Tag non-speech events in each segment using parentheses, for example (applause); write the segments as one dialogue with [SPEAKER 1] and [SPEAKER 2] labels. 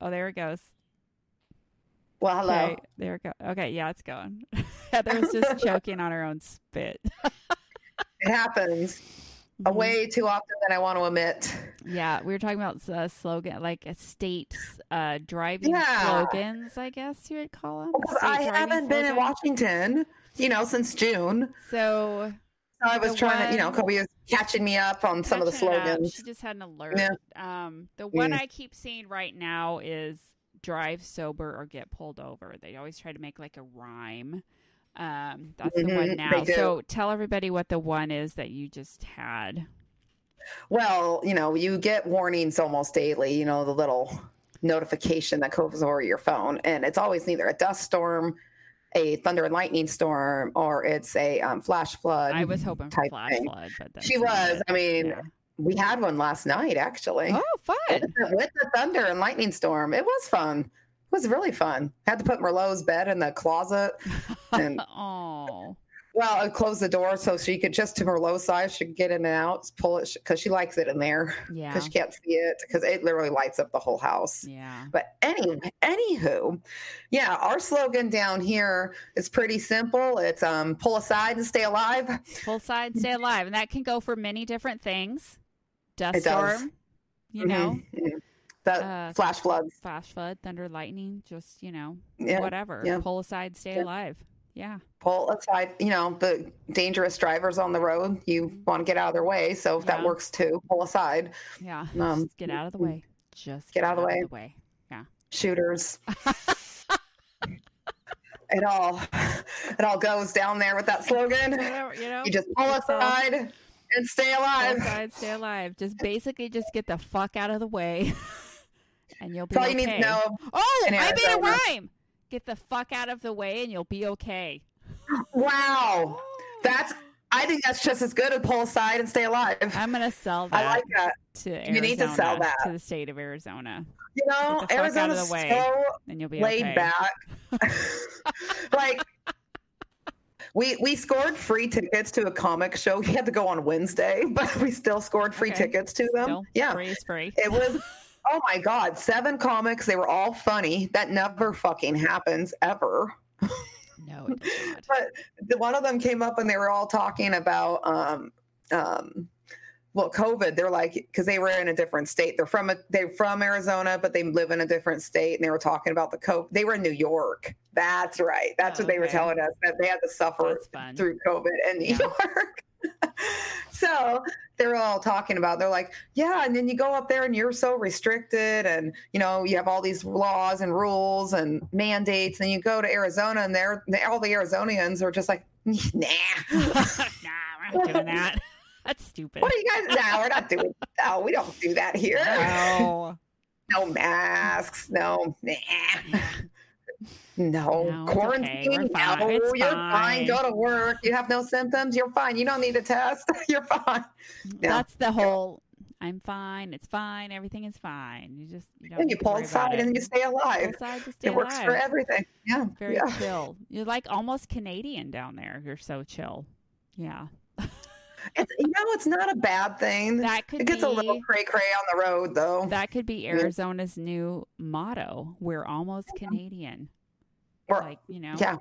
[SPEAKER 1] Oh, there it goes.
[SPEAKER 2] Well, hello.
[SPEAKER 1] Okay, there it goes. Okay, yeah, it's (laughs) going. Heather's
[SPEAKER 2] (laughs)
[SPEAKER 1] just choking on her own spit.
[SPEAKER 2] It happens uh, way too often than I want to admit.
[SPEAKER 1] Mm-hmm. Yeah, we were talking about uh, slogan, like a state uh, driving
[SPEAKER 2] Yeah.
[SPEAKER 1] slogans, I guess you would call them.
[SPEAKER 2] Because I haven't been in Washington, you know, since June.
[SPEAKER 1] So
[SPEAKER 2] So I was
[SPEAKER 1] The
[SPEAKER 2] trying to, you know,
[SPEAKER 1] one-
[SPEAKER 2] Kobe was catching me up on some of the
[SPEAKER 1] catching it up. She
[SPEAKER 2] slogans.
[SPEAKER 1] just had an alert.
[SPEAKER 2] Yeah.
[SPEAKER 1] Um, the one
[SPEAKER 2] Mm.
[SPEAKER 1] I keep seeing right now is drive sober or get pulled over. They always try to make like a rhyme. Um, that's the
[SPEAKER 2] Mhm,
[SPEAKER 1] one now.
[SPEAKER 2] they do.
[SPEAKER 1] So tell everybody what the one is that you just had.
[SPEAKER 2] Well, you know, you get warnings almost daily, you know, the little notification that comes over your phone. And it's always neither a dust storm, a thunder and lightning storm, or it's a um, flash flood.
[SPEAKER 1] I was hoping for
[SPEAKER 2] type
[SPEAKER 1] flash
[SPEAKER 2] thing.
[SPEAKER 1] flood, but that's
[SPEAKER 2] She
[SPEAKER 1] not
[SPEAKER 2] was.
[SPEAKER 1] it.
[SPEAKER 2] I mean, we had one last night, actually.
[SPEAKER 1] Yeah. Oh,
[SPEAKER 2] With
[SPEAKER 1] fun!
[SPEAKER 2] the- with the thunder and lightning storm. It was fun. It was really fun. Had to put Merlot's bed in the closet.
[SPEAKER 1] (laughs)
[SPEAKER 2] And-
[SPEAKER 1] oh,
[SPEAKER 2] Well, I closed the door so she could just to Merlot's size, she could get in and out, pull it because she likes it in there
[SPEAKER 1] yeah,
[SPEAKER 2] because she can't see it because it literally lights up the whole house.
[SPEAKER 1] yeah.
[SPEAKER 2] But anyway, anywho, yeah, our slogan down here is pretty simple. It's um, pull aside and stay alive.
[SPEAKER 1] Full side,
[SPEAKER 2] (laughs)
[SPEAKER 1] stay alive, and that can go for many different things. Dust
[SPEAKER 2] It does.
[SPEAKER 1] storm, you know,
[SPEAKER 2] (laughs) Mhm, mhm. the
[SPEAKER 1] Uh,
[SPEAKER 2] flash floods.
[SPEAKER 1] flash flood, thunder, lightning, just, you know,
[SPEAKER 2] Yeah,
[SPEAKER 1] whatever.
[SPEAKER 2] yeah.
[SPEAKER 1] Pull aside, stay
[SPEAKER 2] Yeah.
[SPEAKER 1] alive. Yeah.
[SPEAKER 2] pull aside. You know the dangerous drivers on the road. You want to get out of their way, so if that
[SPEAKER 1] Yeah.
[SPEAKER 2] works too, pull aside.
[SPEAKER 1] Yeah.
[SPEAKER 2] Um,
[SPEAKER 1] just get out of the way. Just
[SPEAKER 2] get out of the way. shooters.
[SPEAKER 1] (laughs)
[SPEAKER 2] it all it all goes down there with that slogan.
[SPEAKER 1] Whatever, you know,
[SPEAKER 2] You just pull
[SPEAKER 1] It's all-
[SPEAKER 2] aside and stay
[SPEAKER 1] pull
[SPEAKER 2] alive.
[SPEAKER 1] aside, stay alive. Just basically just get the fuck out of the way (laughs) and you'll be
[SPEAKER 2] That's all
[SPEAKER 1] okay.
[SPEAKER 2] you need to know.
[SPEAKER 1] Oh,
[SPEAKER 2] in
[SPEAKER 1] I made a
[SPEAKER 2] Arizona.
[SPEAKER 1] rhyme. Get the fuck out of the way and you'll be okay.
[SPEAKER 2] Wow. Oh, That's I think that's just as good as pull aside and stay alive.
[SPEAKER 1] I'm going to sell
[SPEAKER 2] I
[SPEAKER 1] that
[SPEAKER 2] like that.
[SPEAKER 1] to Arizona.
[SPEAKER 2] You need to sell that.
[SPEAKER 1] to the state of Arizona.
[SPEAKER 2] You know,
[SPEAKER 1] Get the fuck out of the
[SPEAKER 2] Arizona's
[SPEAKER 1] way.
[SPEAKER 2] so
[SPEAKER 1] And you'll be
[SPEAKER 2] laid
[SPEAKER 1] okay.
[SPEAKER 2] back.
[SPEAKER 1] (laughs)
[SPEAKER 2] (laughs) like we we scored free tickets to a comic show. We had to go on Wednesday, (laughs) but we still scored free
[SPEAKER 1] Okay.
[SPEAKER 2] tickets to them.
[SPEAKER 1] Still
[SPEAKER 2] yeah.
[SPEAKER 1] free is
[SPEAKER 2] (laughs)
[SPEAKER 1] free.
[SPEAKER 2] It
[SPEAKER 1] (laughs)
[SPEAKER 2] was oh my god, seven comics. They were all funny. That never fucking happens ever.
[SPEAKER 1] No, it does not.
[SPEAKER 2] The, one of them came up and they were all talking about um um well COVID. They're like because they were in a different state. They're from a, they're from Arizona, but they live in a different state. And they were talking about the COVID. They were in New York. That's right. That's
[SPEAKER 1] Oh,
[SPEAKER 2] what they were
[SPEAKER 1] okay.
[SPEAKER 2] telling us that they had to suffer
[SPEAKER 1] That's fun.
[SPEAKER 2] through COVID in New
[SPEAKER 1] Yeah.
[SPEAKER 2] (laughs) York. so they're all talking about they're like yeah and then you go up there and you're so restricted and you know you have all these laws and rules and mandates and you go to arizona and they're they, all the arizonians are just like nah
[SPEAKER 1] (laughs)
[SPEAKER 2] (laughs)
[SPEAKER 1] nah, we're not doing that. (laughs) That's stupid.
[SPEAKER 2] what are you guys now we're
[SPEAKER 1] (laughs)
[SPEAKER 2] not doing no we don't do that here (laughs)
[SPEAKER 1] No.
[SPEAKER 2] no masks no nah. No,
[SPEAKER 1] No, it's okay. We're
[SPEAKER 2] quarantine.
[SPEAKER 1] fine.
[SPEAKER 2] No,
[SPEAKER 1] It's
[SPEAKER 2] you're
[SPEAKER 1] fine.
[SPEAKER 2] fine. Go to work. You have no symptoms. You're fine. You don't need a test. (laughs) You're fine.
[SPEAKER 1] That's the whole. I'm fine. It's fine. Everything is fine. You just you don't.
[SPEAKER 2] And
[SPEAKER 1] need
[SPEAKER 2] you
[SPEAKER 1] to
[SPEAKER 2] pull
[SPEAKER 1] worry about
[SPEAKER 2] aside
[SPEAKER 1] it.
[SPEAKER 2] and you stay
[SPEAKER 1] Pull
[SPEAKER 2] alive.
[SPEAKER 1] aside to stay
[SPEAKER 2] It works for
[SPEAKER 1] alive.
[SPEAKER 2] everything. Yeah.
[SPEAKER 1] Very
[SPEAKER 2] yeah.
[SPEAKER 1] chill. You're like almost Canadian down there. You're so chill. Yeah,
[SPEAKER 2] It's, you know, it's not a bad thing.
[SPEAKER 1] that could
[SPEAKER 2] it gets
[SPEAKER 1] be.
[SPEAKER 2] a little cray cray on the road, though.
[SPEAKER 1] that could be
[SPEAKER 2] Yeah.
[SPEAKER 1] Arizona's new motto. We're almost Canadian.
[SPEAKER 2] We're-
[SPEAKER 1] Like you know. (laughs)
[SPEAKER 2] yeah.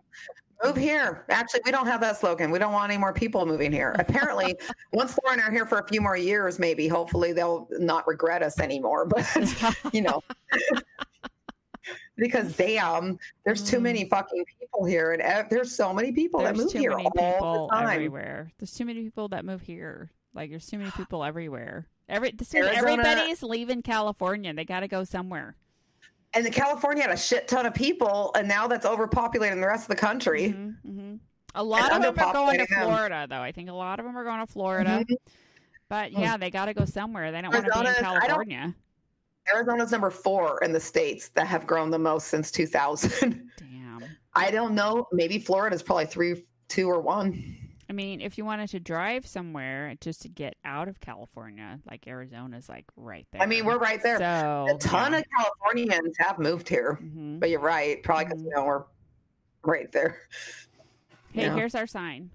[SPEAKER 2] Move here. Actually, we don't have that slogan. We don't want any more people
[SPEAKER 1] (laughs)
[SPEAKER 2] moving here. Apparently, once Laura and I are here for a few more years, maybe, hopefully, they'll not regret us anymore. (laughs) But, you know, (laughs) because damn, there's too
[SPEAKER 1] Mm.
[SPEAKER 2] many fucking people here. And ev- there's so many people that
[SPEAKER 1] There's
[SPEAKER 2] oh, move
[SPEAKER 1] too
[SPEAKER 2] here
[SPEAKER 1] many
[SPEAKER 2] all
[SPEAKER 1] people
[SPEAKER 2] the time.
[SPEAKER 1] everywhere. There's too many people that move here. Like there's too
[SPEAKER 2] (gasps)
[SPEAKER 1] many people everywhere. Every this is-
[SPEAKER 2] Arizona-
[SPEAKER 1] everybody's leaving California. They got to go somewhere.
[SPEAKER 2] And the California had a shit ton of people, and now that's overpopulating the rest of the country.
[SPEAKER 1] Mhm, mhm. A lot of
[SPEAKER 2] And
[SPEAKER 1] them are going to
[SPEAKER 2] underpopulating them.
[SPEAKER 1] Florida, though. I think a lot of them are going to Florida. But yeah, they got to go somewhere. They don't want to be in
[SPEAKER 2] Mm-hmm. Hmm. Arizona- I don't-
[SPEAKER 1] California.
[SPEAKER 2] Arizona's number four in the states that have grown the most since 2000.
[SPEAKER 1] Damn.
[SPEAKER 2] (laughs) I don't know. Maybe Florida's probably three, two, or one.
[SPEAKER 1] I mean, if you wanted to drive somewhere just to get out of California, like Arizona's like right there.
[SPEAKER 2] I mean, we're right there.
[SPEAKER 1] So
[SPEAKER 2] a ton of Californians have moved here,
[SPEAKER 1] hmm
[SPEAKER 2] but you're right. Probably because you know we're right there.
[SPEAKER 1] Hey,
[SPEAKER 2] Yeah.
[SPEAKER 1] here's our sign.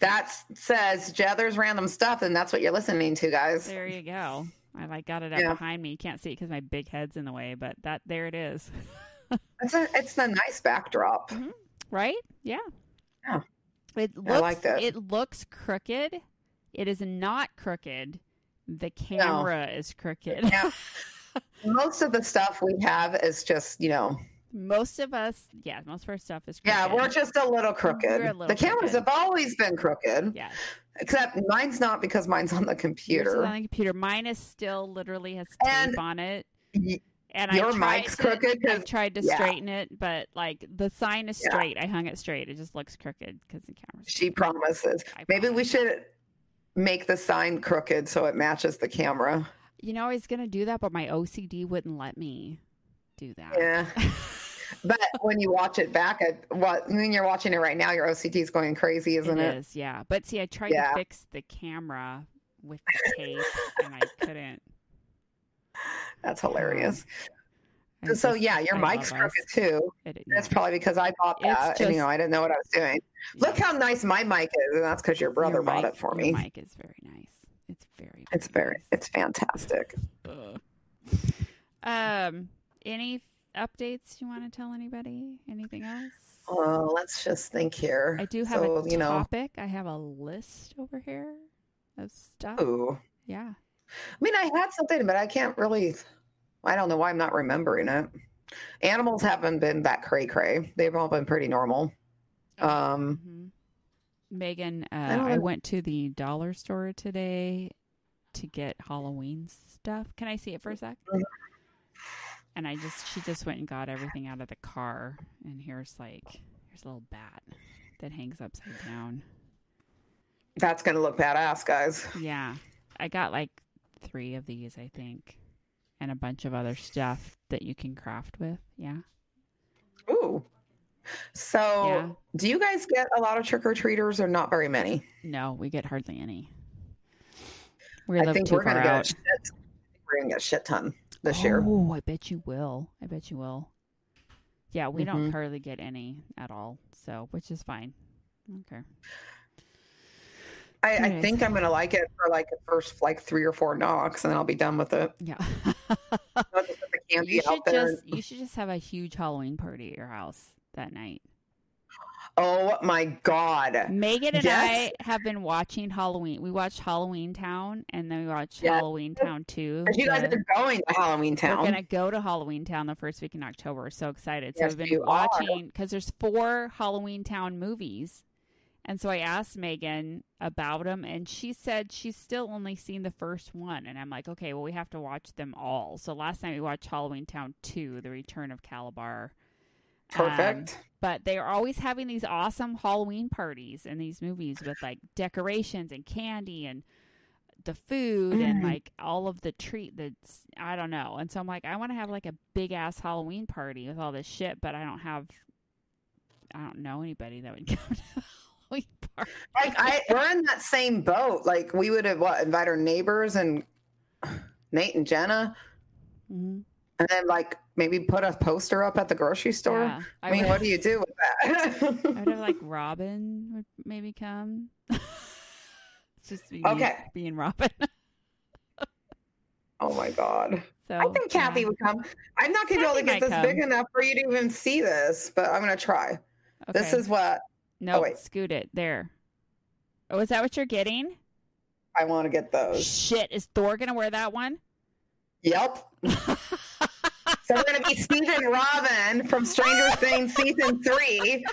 [SPEAKER 2] That says Jether's random stuff, and that's what you're listening to, guys.
[SPEAKER 1] There you go. I like got it up
[SPEAKER 2] Yeah.
[SPEAKER 1] behind me. You can't see it because my big head's in the way, but that there it is. (laughs)
[SPEAKER 2] It's a it's a nice backdrop.
[SPEAKER 1] Right? Yeah.
[SPEAKER 2] Yeah.
[SPEAKER 1] It looks,
[SPEAKER 2] I like that.
[SPEAKER 1] It looks crooked. It is not crooked. The camera is crooked. (laughs)
[SPEAKER 2] Yeah. Most of the stuff we have is just you know
[SPEAKER 1] most of us, yeah, most of our stuff is crooked.
[SPEAKER 2] yeah we're just a little crooked.
[SPEAKER 1] We're a little
[SPEAKER 2] the cameras
[SPEAKER 1] crooked.
[SPEAKER 2] have always been crooked,
[SPEAKER 1] yeah.
[SPEAKER 2] except mine's not because mine's on the
[SPEAKER 1] Yours is
[SPEAKER 2] computer.
[SPEAKER 1] on the computer. Mine is still literally has tape
[SPEAKER 2] And
[SPEAKER 1] on it.
[SPEAKER 2] Y-
[SPEAKER 1] And I
[SPEAKER 2] Your
[SPEAKER 1] tried
[SPEAKER 2] mic's
[SPEAKER 1] to-
[SPEAKER 2] crooked 'cause-
[SPEAKER 1] I tried to
[SPEAKER 2] yeah.
[SPEAKER 1] straighten it, but like the sign is
[SPEAKER 2] Yeah.
[SPEAKER 1] straight. I hung it straight. It just looks crooked because the camera's.
[SPEAKER 2] She promises.
[SPEAKER 1] I
[SPEAKER 2] Maybe we
[SPEAKER 1] promise.
[SPEAKER 2] should make the sign crooked so it matches the camera.
[SPEAKER 1] You know, I was gonna do that, but my OCD wouldn't let me do that. (laughs)
[SPEAKER 2] Yeah. But when you watch it back, at what when you're watching it right now, your OCD is going crazy, isn't it?
[SPEAKER 1] it is, yeah. But see, I tried
[SPEAKER 2] Yeah.
[SPEAKER 1] to fix the camera with the tape, and I couldn't.
[SPEAKER 2] That's (laughs) hilarious.
[SPEAKER 1] I'm
[SPEAKER 2] so
[SPEAKER 1] just-
[SPEAKER 2] yeah, your
[SPEAKER 1] I
[SPEAKER 2] mic's
[SPEAKER 1] love us.
[SPEAKER 2] crooked too.
[SPEAKER 1] It,
[SPEAKER 2] That's
[SPEAKER 1] yeah,
[SPEAKER 2] probably because I bought
[SPEAKER 1] It's
[SPEAKER 2] that. and, you know,
[SPEAKER 1] just-
[SPEAKER 2] I didn't know what I was doing.
[SPEAKER 1] yeah.
[SPEAKER 2] Look how nice my mic is, and that's because your brother
[SPEAKER 1] Your
[SPEAKER 2] bought
[SPEAKER 1] mic-
[SPEAKER 2] it for
[SPEAKER 1] your
[SPEAKER 2] me.
[SPEAKER 1] mic is very nice. It's very.
[SPEAKER 2] It's very,
[SPEAKER 1] nice.
[SPEAKER 2] it's fantastic.
[SPEAKER 1] Ugh. Um, any f- updates you want to tell anybody? Anything else?
[SPEAKER 2] Well, let's just think here.
[SPEAKER 1] I do have
[SPEAKER 2] so,
[SPEAKER 1] a
[SPEAKER 2] you know.
[SPEAKER 1] topic. I have a list over here of stuff.
[SPEAKER 2] Ooh.
[SPEAKER 1] Yeah.
[SPEAKER 2] I mean, I had something, but I can't really. I don't know why I'm not remembering it. Animals haven't been that cray cray. They've all been pretty normal. Um,
[SPEAKER 1] Mhm. Megan, uh,
[SPEAKER 2] don't
[SPEAKER 1] I,
[SPEAKER 2] know.
[SPEAKER 1] went to the dollar store today to get Halloween stuff. Can I see it for a sec?
[SPEAKER 2] Mhm.
[SPEAKER 1] And I just, she just went and got everything out of the car. And here's like, here's a little bat that hangs upside down.
[SPEAKER 2] that's gonna look badass, guys.
[SPEAKER 1] Yeah. I got like three of these, I think, and a bunch of other stuff that you can craft with. Yeah.
[SPEAKER 2] Ooh. So,
[SPEAKER 1] Yeah.
[SPEAKER 2] do you guys get a lot of trick or treaters, or not very many?
[SPEAKER 1] No, we get hardly any. We
[SPEAKER 2] I
[SPEAKER 1] live
[SPEAKER 2] think
[SPEAKER 1] too
[SPEAKER 2] we're
[SPEAKER 1] far
[SPEAKER 2] gonna get a
[SPEAKER 1] out.
[SPEAKER 2] shit. We're gonna get a shit ton this year.
[SPEAKER 1] Oh, I bet you will. I bet you will. Yeah, we don't
[SPEAKER 2] Mhm.
[SPEAKER 1] hardly get any at all. So, which is fine. Okay.
[SPEAKER 2] I, I
[SPEAKER 1] Nice.
[SPEAKER 2] think I'm gonna like it for like the first like three or four knocks, and then I'll be done with it.
[SPEAKER 1] Yeah.
[SPEAKER 2] I'll just put the
[SPEAKER 1] (laughs)
[SPEAKER 2] candy
[SPEAKER 1] you should
[SPEAKER 2] out there.
[SPEAKER 1] just you should just have a huge Halloween party at your house that night.
[SPEAKER 2] Oh my god!
[SPEAKER 1] Megan and
[SPEAKER 2] Yes.
[SPEAKER 1] I have been watching Halloween. We watched Halloween Town and then we watched
[SPEAKER 2] Yes.
[SPEAKER 1] Halloween Town 2.
[SPEAKER 2] 'Cause you guys
[SPEAKER 1] the-
[SPEAKER 2] are going to Halloween Town.
[SPEAKER 1] We're gonna go to Halloween Town the first week in October. So excited! So
[SPEAKER 2] Yes,
[SPEAKER 1] I've been
[SPEAKER 2] you are.
[SPEAKER 1] watching because there's four Halloween Town movies, and so I asked Megan about them, and she said she's still only seen the first one. And I'm like, okay, well we have to watch them all. So last night we watched Halloween Town Two: The Return of Calabar. Um,
[SPEAKER 2] Perfect.
[SPEAKER 1] but they are always having these awesome Halloween parties in these movies with like decorations and candy and the food and
[SPEAKER 2] Mm.
[SPEAKER 1] like all of the treat that's I don't know. And so I'm like, I want to have like a big ass Halloween party with all this shit, but I don't have I don't know anybody that would (laughs) come to the Halloween party.
[SPEAKER 2] like I we're in that same boat. Like we would have what invite our neighbors and Nate and Jenna, and then like maybe put a poster up at the grocery store.
[SPEAKER 1] Yeah. I,
[SPEAKER 2] I mean,
[SPEAKER 1] would,
[SPEAKER 2] what do you do with
[SPEAKER 1] (laughs) I would have
[SPEAKER 2] that?
[SPEAKER 1] like Robin would maybe come. (laughs) It's Just be
[SPEAKER 2] Okay.
[SPEAKER 1] me being Robin.
[SPEAKER 2] (laughs)
[SPEAKER 1] (laughs)
[SPEAKER 2] oh my god!
[SPEAKER 1] So
[SPEAKER 2] I think Kathy
[SPEAKER 1] Oh, yeah.
[SPEAKER 2] would come. I'm not gonna be able to
[SPEAKER 1] Kathy
[SPEAKER 2] get
[SPEAKER 1] might
[SPEAKER 2] this big
[SPEAKER 1] come.
[SPEAKER 2] enough for you to even see this, but I'm gonna try. This
[SPEAKER 1] Okay.
[SPEAKER 2] is what
[SPEAKER 1] No,
[SPEAKER 2] Oh, wait.
[SPEAKER 1] scoot it there. Oh, is that what you're getting?
[SPEAKER 2] I want to get those.
[SPEAKER 1] Shit, is Thor gonna wear that
[SPEAKER 2] (laughs)
[SPEAKER 1] one?
[SPEAKER 2] Yep. So we're gonna be Stephen Robin from Stranger Things season three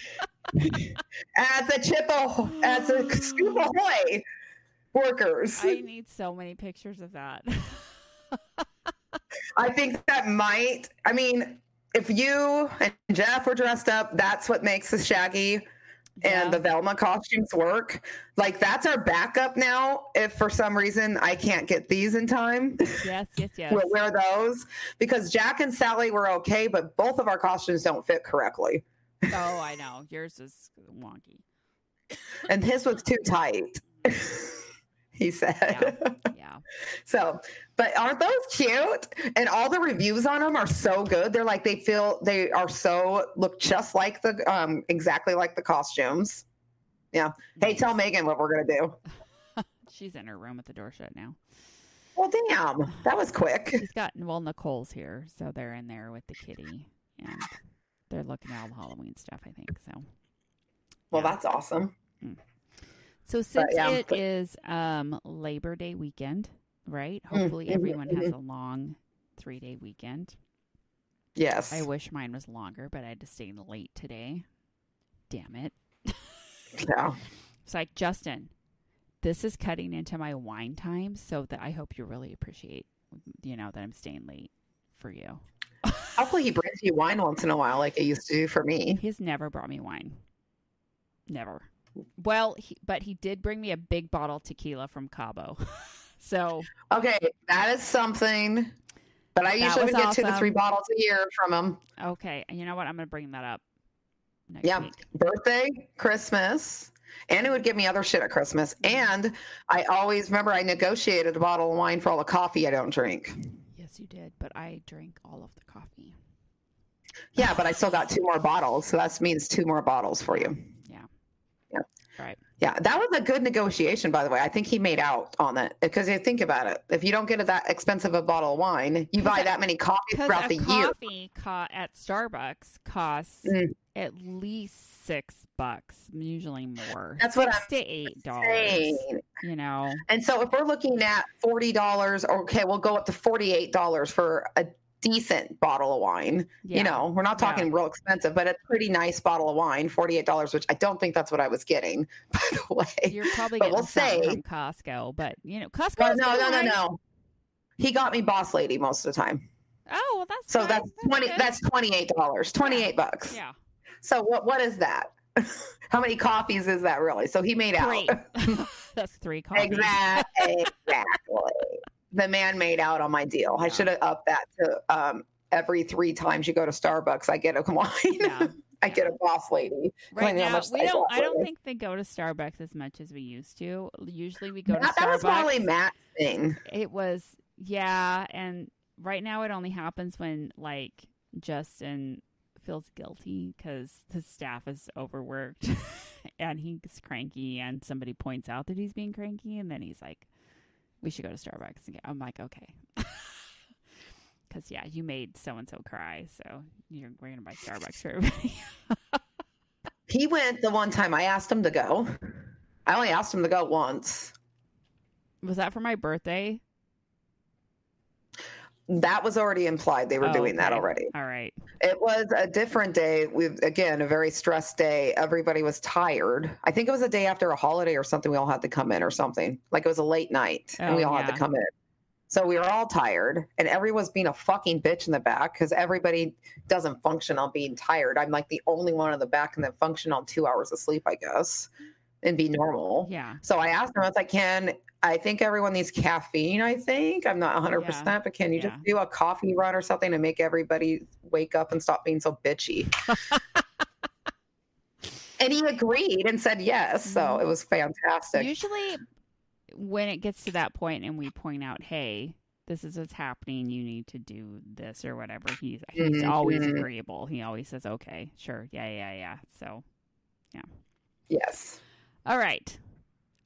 [SPEAKER 2] at the Chippewa at the Scoop Ahoy workers.
[SPEAKER 1] I need so many pictures of that.
[SPEAKER 2] I think that might. I mean, if you and Jeff were dressed up, that's what makes the Shaggy
[SPEAKER 1] Yeah.
[SPEAKER 2] (laughs) and the Velma costumes work. Like that's our backup now. If for some reason I can't get these in time,
[SPEAKER 1] (laughs) yes, yes,
[SPEAKER 2] (laughs)
[SPEAKER 1] yes.
[SPEAKER 2] we'll wear those because Jack and Sally were okay, but both of our costumes don't fit correctly,
[SPEAKER 1] oh, I know. Yours is wonky.
[SPEAKER 2] and his was too tight. (laughs) he said.
[SPEAKER 1] Yeah.
[SPEAKER 2] (laughs) So, but aren't those cute? And all the reviews on them are so good. They're like they feel they are so look just like the um exactly like the costumes. Hey, tell
[SPEAKER 1] Nice.
[SPEAKER 2] Megan what we're gonna do.
[SPEAKER 1] She's in her room with the door shut now.
[SPEAKER 2] Well, damn, that was quick.
[SPEAKER 1] She's got well, Nicole's here, so they're in there with the kitty, and they're looking at all the Halloween stuff. I think so.
[SPEAKER 2] Well, that's awesome.
[SPEAKER 1] So since
[SPEAKER 2] yeah,
[SPEAKER 1] it
[SPEAKER 2] but-
[SPEAKER 1] is um, Labor Day weekend, right? Hopefully
[SPEAKER 2] mhm,
[SPEAKER 1] everyone has a long three day weekend.
[SPEAKER 2] Yes.
[SPEAKER 1] I wish mine was longer, but I had to stay late today. Damn it!
[SPEAKER 2] yeah.
[SPEAKER 1] It's like Justin, this is cutting into my wine time, so that I hope you really appreciate, you know, that I'm staying late for you.
[SPEAKER 2] Hopefully, he brings you wine once in a while, like it used to do for me.
[SPEAKER 1] He's never brought me wine. Never. Well, he, but he did bring me a big bottle tequila from Cabo. (laughs) so
[SPEAKER 2] Okay, that is something. But I
[SPEAKER 1] That
[SPEAKER 2] usually
[SPEAKER 1] was
[SPEAKER 2] would get two to
[SPEAKER 1] awesome.
[SPEAKER 2] three bottles a year from him.
[SPEAKER 1] Okay, and you know what? I'm going to bring that up next
[SPEAKER 2] Yeah.
[SPEAKER 1] week.
[SPEAKER 2] Birthday, Christmas, and it would give me other shit at Christmas. And I always remember I negotiated a bottle of wine for all the coffee I don't drink.
[SPEAKER 1] Yes, you did, but I drank all of the coffee.
[SPEAKER 2] Yeah, but I still got two more bottles, so that means two more bottles for you.
[SPEAKER 1] Yeah.
[SPEAKER 2] Yeah.
[SPEAKER 1] Right.
[SPEAKER 2] Yeah, that was a good negotiation, by the way. I think he made out on it because you think about it. If you don't get that expensive a bottle of wine, you
[SPEAKER 1] 'Cause
[SPEAKER 2] buy
[SPEAKER 1] a-
[SPEAKER 2] that many coffees
[SPEAKER 1] Because
[SPEAKER 2] throughout
[SPEAKER 1] a
[SPEAKER 2] the year.
[SPEAKER 1] coffee co- at Starbucks costs
[SPEAKER 2] Mm.
[SPEAKER 1] at least six bucks, usually more.
[SPEAKER 2] That's what
[SPEAKER 1] six to eight
[SPEAKER 2] I'm
[SPEAKER 1] dollars.
[SPEAKER 2] saying.
[SPEAKER 1] You know,
[SPEAKER 2] And so if we're looking at forty dollars, okay, we'll go up to forty-eight dollars for a decent bottle of wine.
[SPEAKER 1] yeah.
[SPEAKER 2] You know, (laughs) we're not
[SPEAKER 1] Yeah.
[SPEAKER 2] talking real expensive, but a pretty nice bottle of wine, forty-eight dollars, which I don't think that's what I was getting, (laughs) by the way.
[SPEAKER 1] you're probably
[SPEAKER 2] but
[SPEAKER 1] getting
[SPEAKER 2] we'll
[SPEAKER 1] something
[SPEAKER 2] say-
[SPEAKER 1] from Costco, but you know, Costco.
[SPEAKER 2] Well, no, no, no, no. He got me boss lady most of the time.
[SPEAKER 1] Oh, well, that's
[SPEAKER 2] So
[SPEAKER 1] fine.
[SPEAKER 2] that's twenty
[SPEAKER 1] good.
[SPEAKER 2] that's twenty-eight dollars, twenty-eight bucks.
[SPEAKER 1] yeah,
[SPEAKER 2] So what what is that? (laughs) How many coffees is that really? So he made out.
[SPEAKER 1] great.
[SPEAKER 2] (laughs)
[SPEAKER 1] that's three (laughs) coffees. (laughs)
[SPEAKER 2] Exactly. exactly. The man made out on my deal. I
[SPEAKER 1] Yeah.
[SPEAKER 2] should have upped that to um, every three times you go to Starbucks, I get a wine. (laughs)
[SPEAKER 1] Yeah.
[SPEAKER 2] I get a boss lady.
[SPEAKER 1] Right
[SPEAKER 2] Find out how
[SPEAKER 1] now,
[SPEAKER 2] much
[SPEAKER 1] we
[SPEAKER 2] size
[SPEAKER 1] don't.
[SPEAKER 2] that
[SPEAKER 1] I don't
[SPEAKER 2] is.
[SPEAKER 1] think they go to Starbucks as much as we used to. Usually, we go to
[SPEAKER 2] That, that was
[SPEAKER 1] Starbucks.
[SPEAKER 2] probably Matt's thing.
[SPEAKER 1] It was yeah, and right now it only happens when like Justin feels guilty because his staff is overworked (laughs) and he's cranky, and somebody points out that he's being cranky, and then he's like, "We should go to Starbucks." And I'm like, "Okay." (laughs) Because yeah, you made so and so cry, so you're we're gonna buy Starbucks for everybody. (laughs)
[SPEAKER 2] He went the one time I asked him to go. I only asked him to go once.
[SPEAKER 1] was that for my birthday?
[SPEAKER 2] That was already implied. They were
[SPEAKER 1] Oh,
[SPEAKER 2] doing that
[SPEAKER 1] okay.
[SPEAKER 2] already.
[SPEAKER 1] All right.
[SPEAKER 2] It was a different day. We again a very stressed day. Everybody was tired. I think it was a day after a holiday or something. We all had to come in or something. Like it was a late night, and
[SPEAKER 1] Oh,
[SPEAKER 2] we all had
[SPEAKER 1] yeah.
[SPEAKER 2] to come in. So we were all tired, and everyone's being a fucking bitch in the back because everybody doesn't function on being tired. I'm like the only one in the back and that function on two hours of sleep, I guess, and be normal.
[SPEAKER 1] Yeah.
[SPEAKER 2] So I asked him, I was like, can I think everyone needs caffeine? I think I'm not 100%, but can you just do a coffee run or something to make everybody wake up and stop being so
[SPEAKER 1] (laughs)
[SPEAKER 2] bitchy? and he agreed and said yes. So
[SPEAKER 1] Mhm.
[SPEAKER 2] it was fantastic.
[SPEAKER 1] Usually, when it gets to that point and we point out, "Hey, this is what's happening. You need to do this or whatever," he's he's always
[SPEAKER 2] Mhm.
[SPEAKER 1] agreeable. He always says, "Okay, sure, yeah, yeah, yeah." So,
[SPEAKER 2] yes.
[SPEAKER 1] all right,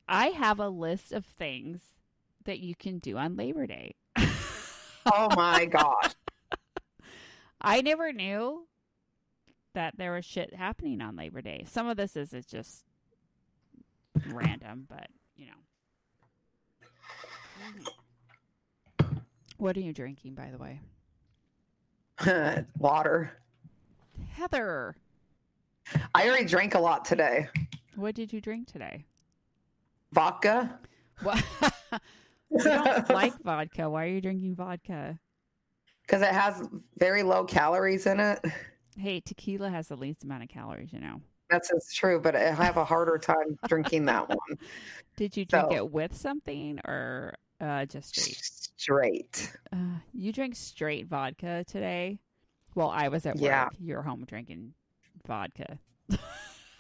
[SPEAKER 1] I have a list of things that you can do on Labor Day. (laughs)
[SPEAKER 2] Oh my gosh. (laughs)
[SPEAKER 1] I never knew that there was shit happening on Labor Day. Some of this is it's just random, but you know. Mhm. What are you drinking, by the way,
[SPEAKER 2] Water.
[SPEAKER 1] Heather?
[SPEAKER 2] I already drank a lot today.
[SPEAKER 1] What did you drink today?
[SPEAKER 2] Vodka.
[SPEAKER 1] What? (laughs) you don't
[SPEAKER 2] (laughs)
[SPEAKER 1] like vodka. Why are you drinking vodka?
[SPEAKER 2] Because it has very low calories in it.
[SPEAKER 1] Hey, tequila has the least amount of calories. You know.
[SPEAKER 2] That's it's true, but I have a harder time drinking that one.
[SPEAKER 1] Did you drink
[SPEAKER 2] So-
[SPEAKER 1] it with something or uh, just straight?
[SPEAKER 2] Straight.
[SPEAKER 1] Uh, you drank straight vodka today. Well, I was at
[SPEAKER 2] Yeah.
[SPEAKER 1] work. You're home drinking vodka.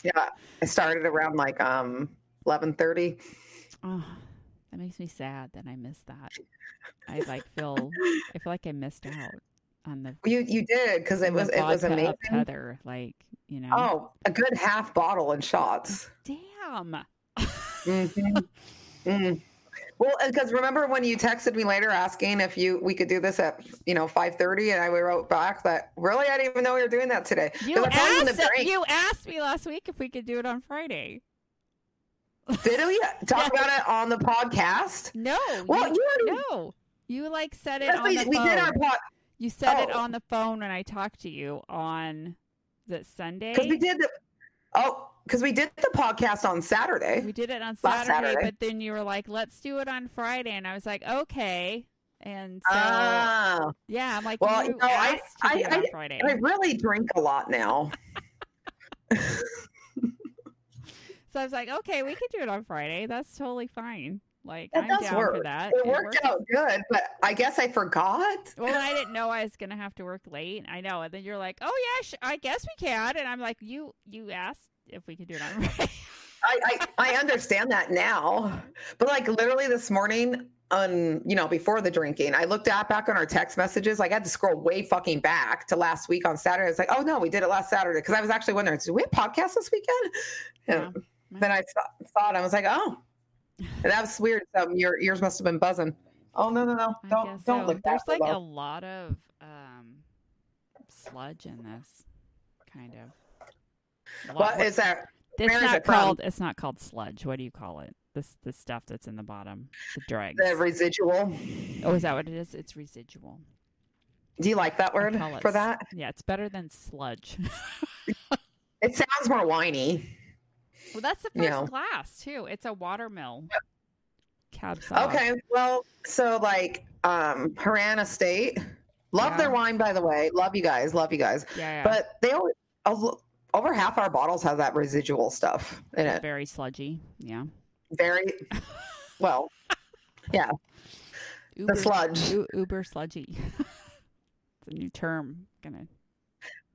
[SPEAKER 2] Yeah, I started around like um eleven thirty.
[SPEAKER 1] Oh, that makes me sad that I missed that. I like
[SPEAKER 2] (laughs)
[SPEAKER 1] feel I feel like I missed out on the
[SPEAKER 2] You you did because it
[SPEAKER 1] on the
[SPEAKER 2] was it was
[SPEAKER 1] vodka
[SPEAKER 2] amazing.
[SPEAKER 1] up tether, like you know.
[SPEAKER 2] Oh, a good half bottle and shots.
[SPEAKER 1] (laughs) damn!
[SPEAKER 2] Mhm. Mm-hmm. Mm. Well, because remember when you texted me later asking if you we could do this at you know five thirty, and I wrote back that really I didn't even know we were doing that today. 'Cause
[SPEAKER 1] You
[SPEAKER 2] I probably wouldn't
[SPEAKER 1] asked,
[SPEAKER 2] have drank.
[SPEAKER 1] you asked me last week if we could do it on Friday.
[SPEAKER 2] Did
[SPEAKER 1] (laughs)
[SPEAKER 2] we talk about it on the podcast?
[SPEAKER 1] No.
[SPEAKER 2] Well,
[SPEAKER 1] you,
[SPEAKER 2] you already-
[SPEAKER 1] no. You like said it
[SPEAKER 2] Yes,
[SPEAKER 1] on
[SPEAKER 2] we,
[SPEAKER 1] the
[SPEAKER 2] we
[SPEAKER 1] phone.
[SPEAKER 2] did our pod
[SPEAKER 1] you said it
[SPEAKER 2] oh.
[SPEAKER 1] on the phone when I talked to you on the Sunday.
[SPEAKER 2] because we did the oh because we did the podcast on Saturday.
[SPEAKER 1] We did it on
[SPEAKER 2] (laughs) Last
[SPEAKER 1] Saturday,
[SPEAKER 2] Saturday.
[SPEAKER 1] but then you were like, "Let's do it on Friday," and I was like, "Okay." And so,
[SPEAKER 2] Ah,
[SPEAKER 1] yeah, I'm like,
[SPEAKER 2] well,
[SPEAKER 1] "You
[SPEAKER 2] you know, I-
[SPEAKER 1] asked to do
[SPEAKER 2] I-
[SPEAKER 1] it on Friday."
[SPEAKER 2] I really drink a lot now.
[SPEAKER 1] so I was like, "Okay, we can do it on Friday. That's totally fine." Like,
[SPEAKER 2] That
[SPEAKER 1] I'm
[SPEAKER 2] does
[SPEAKER 1] down for
[SPEAKER 2] work.
[SPEAKER 1] that.
[SPEAKER 2] It worked
[SPEAKER 1] works.
[SPEAKER 2] out good, but I guess I forgot.
[SPEAKER 1] Well, I didn't know I was gonna have to work late. I know, and then you're like, "Oh yeah, sh- I guess we can," and I'm like, "You you asked if we could do it on (laughs) Friday."
[SPEAKER 2] I, I I understand that now, but like literally this morning, on you know before the drinking, I looked at back on our text messages. Like I had to scroll way fucking back to last week on Saturday. I was like, oh no, we did it last Saturday because I was actually wondering, do we have podcast this weekend?
[SPEAKER 1] Yeah.
[SPEAKER 2] And Then I saw, saw it. I was like,
[SPEAKER 1] (laughs)
[SPEAKER 2] oh, and that was weird. So your ears must have been buzzing. Oh no no no!
[SPEAKER 1] I
[SPEAKER 2] Don't
[SPEAKER 1] guess
[SPEAKER 2] don't
[SPEAKER 1] so.
[SPEAKER 2] look.
[SPEAKER 1] There's
[SPEAKER 2] that
[SPEAKER 1] like a
[SPEAKER 2] low.
[SPEAKER 1] lot of um, sludge in this, kind of. A lot-
[SPEAKER 2] what is that?
[SPEAKER 1] It's
[SPEAKER 2] Where is
[SPEAKER 1] not
[SPEAKER 2] it from?
[SPEAKER 1] called. It's not called sludge. What do you call it? This the stuff that's in the bottom, the dregs.
[SPEAKER 2] The residual.
[SPEAKER 1] oh, is that what it is? It's residual.
[SPEAKER 2] Do you like that
[SPEAKER 1] I
[SPEAKER 2] word
[SPEAKER 1] call it
[SPEAKER 2] for
[SPEAKER 1] s-
[SPEAKER 2] that?
[SPEAKER 1] Yeah, it's better than sludge. (laughs)
[SPEAKER 2] It sounds more whiny.
[SPEAKER 1] well, that's the first
[SPEAKER 2] You know.
[SPEAKER 1] class too. It's a watermill. Cab sauv.
[SPEAKER 2] Okay, well, so like um Harana State, love
[SPEAKER 1] Yeah.
[SPEAKER 2] their wine by the way. Love you guys, love you guys.
[SPEAKER 1] Yeah, yeah.
[SPEAKER 2] But they always, al- over half our bottles have that residual stuff in it.
[SPEAKER 1] very sludgy. Yeah. (laughs)
[SPEAKER 2] Very well,
[SPEAKER 1] Uber,
[SPEAKER 2] sludge.
[SPEAKER 1] u- uber sludgy. (laughs) it's a new term. Gonna.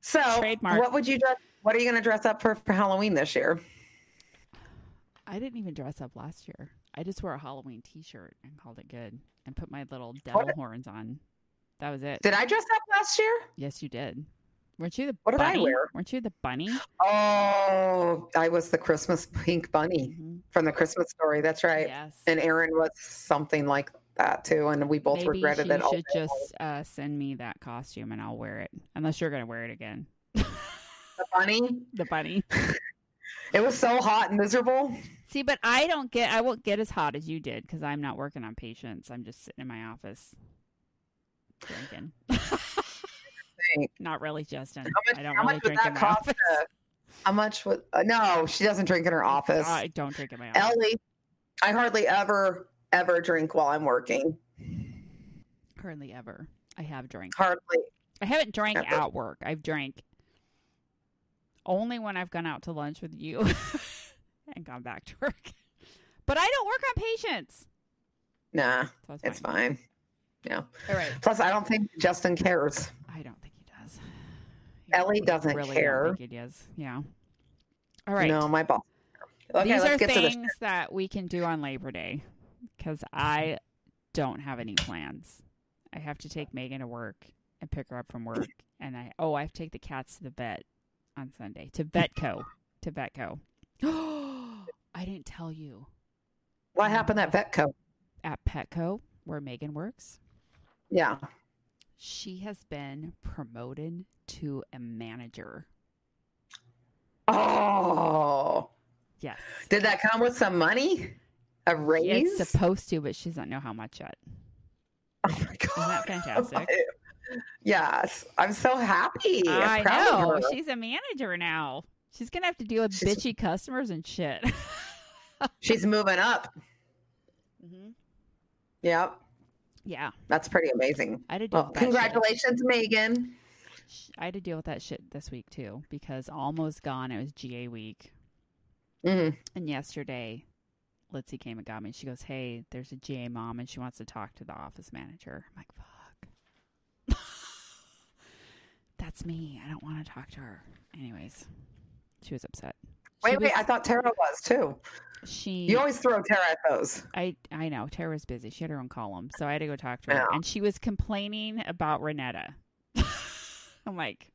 [SPEAKER 2] so
[SPEAKER 1] Trademark.
[SPEAKER 2] what would you dress? What are you going to dress up for for Halloween this year?
[SPEAKER 1] I didn't even dress up last year. I just wore a Halloween T-shirt and called it good, and put my little devil horns on. That was it.
[SPEAKER 2] Did I dress up last year?
[SPEAKER 1] Yes, you did. Weren't you the
[SPEAKER 2] What did I
[SPEAKER 1] bunny?
[SPEAKER 2] wear?
[SPEAKER 1] Weren't you the
[SPEAKER 2] (gasps)
[SPEAKER 1] bunny?
[SPEAKER 2] Oh, I was the Christmas pink bunny
[SPEAKER 1] Mhm.
[SPEAKER 2] from the Christmas story. That's right.
[SPEAKER 1] Yes.
[SPEAKER 2] And Aaron was something like that too, and we both
[SPEAKER 1] Maybe
[SPEAKER 2] regretted
[SPEAKER 1] she
[SPEAKER 2] it. all
[SPEAKER 1] should
[SPEAKER 2] day
[SPEAKER 1] just uh, send me that costume and I'll wear it. Unless you're gonna wear it again, (laughs)
[SPEAKER 2] the bunny.
[SPEAKER 1] the
[SPEAKER 2] (laughs)
[SPEAKER 1] bunny.
[SPEAKER 2] It was so hot and miserable.
[SPEAKER 1] See, but I don't get. I won't get as hot as you did because I'm not working on patients. I'm just sitting in my office
[SPEAKER 2] (laughs)
[SPEAKER 1] drinking. not really, Justin.
[SPEAKER 2] much-
[SPEAKER 1] I don't
[SPEAKER 2] how
[SPEAKER 1] really
[SPEAKER 2] much would
[SPEAKER 1] drink in
[SPEAKER 2] that
[SPEAKER 1] my
[SPEAKER 2] cost
[SPEAKER 1] office. Oh
[SPEAKER 2] to- How much was? Uh, no, she doesn't drink in her
[SPEAKER 1] (laughs)
[SPEAKER 2] office.
[SPEAKER 1] I don't drink in my office.
[SPEAKER 2] Ellie, I hardly ever ever drink while I'm working.
[SPEAKER 1] Hardly ever. I have drank.
[SPEAKER 2] Hardly.
[SPEAKER 1] I haven't drank
[SPEAKER 2] Ever.
[SPEAKER 1] at work. I've drank only when I've gone out to lunch with you (laughs) and gone back to work. But I don't work on patients.
[SPEAKER 2] Nah,
[SPEAKER 1] So it's,
[SPEAKER 2] it's
[SPEAKER 1] fine.
[SPEAKER 2] fine.
[SPEAKER 1] All right.
[SPEAKER 2] Plus, I don't think Justin cares.
[SPEAKER 1] I don't think he does. He
[SPEAKER 2] Ellie doesn't
[SPEAKER 1] really
[SPEAKER 2] care.
[SPEAKER 1] Don't think he does. Yeah. All right.
[SPEAKER 2] No, my boss. Okay,
[SPEAKER 1] These
[SPEAKER 2] let's
[SPEAKER 1] are
[SPEAKER 2] get to
[SPEAKER 1] things
[SPEAKER 2] the.
[SPEAKER 1] that we can do on Labor Day because I don't have any plans. I have to take Megan to work and pick her up from work, and I oh I have to take the cats to the vet on Sunday to Vetco to Vetco. (gasps) I didn't tell you
[SPEAKER 2] What happened at Vetco?
[SPEAKER 1] at Petco where Megan works.
[SPEAKER 2] Yeah.
[SPEAKER 1] She has been promoted to a manager.
[SPEAKER 2] Oh,
[SPEAKER 1] Yes,
[SPEAKER 2] did that come with some money? A raise?
[SPEAKER 1] it's supposed to, but she doesn't know how much yet.
[SPEAKER 2] oh my
[SPEAKER 1] (laughs) Isn't
[SPEAKER 2] god!
[SPEAKER 1] that fantastic?
[SPEAKER 2] (laughs) Yes, I'm so happy. I'm
[SPEAKER 1] I
[SPEAKER 2] proud of
[SPEAKER 1] know.
[SPEAKER 2] her.
[SPEAKER 1] She's a manager now. She's gonna have to deal with
[SPEAKER 2] She's-
[SPEAKER 1] bitchy customers and shit. (laughs)
[SPEAKER 2] She's moving up. Yep.
[SPEAKER 1] Yeah,
[SPEAKER 2] That's pretty amazing.
[SPEAKER 1] I had to deal.
[SPEAKER 2] Well,
[SPEAKER 1] with that shit.
[SPEAKER 2] congratulations, Megan.
[SPEAKER 1] Sh- I had to deal with that shit this week too because almost gone. It was GA week,
[SPEAKER 2] Mhm.
[SPEAKER 1] and yesterday, Litzy came and got me. She goes, "Hey, there's a GA mom, and she wants to talk to the office manager." I'm like, "Fuck." (laughs) That's me. I don't want to talk to her. Anyways, she was upset.
[SPEAKER 2] Wait,
[SPEAKER 1] she
[SPEAKER 2] wait.
[SPEAKER 1] was-
[SPEAKER 2] I thought Tara was too.
[SPEAKER 1] she
[SPEAKER 2] You always throw Tara at those.
[SPEAKER 1] I I know Tara was busy. She had her own column, so I had to go talk to her,
[SPEAKER 2] Yeah.
[SPEAKER 1] and she was complaining about Renetta. (laughs) I'm like,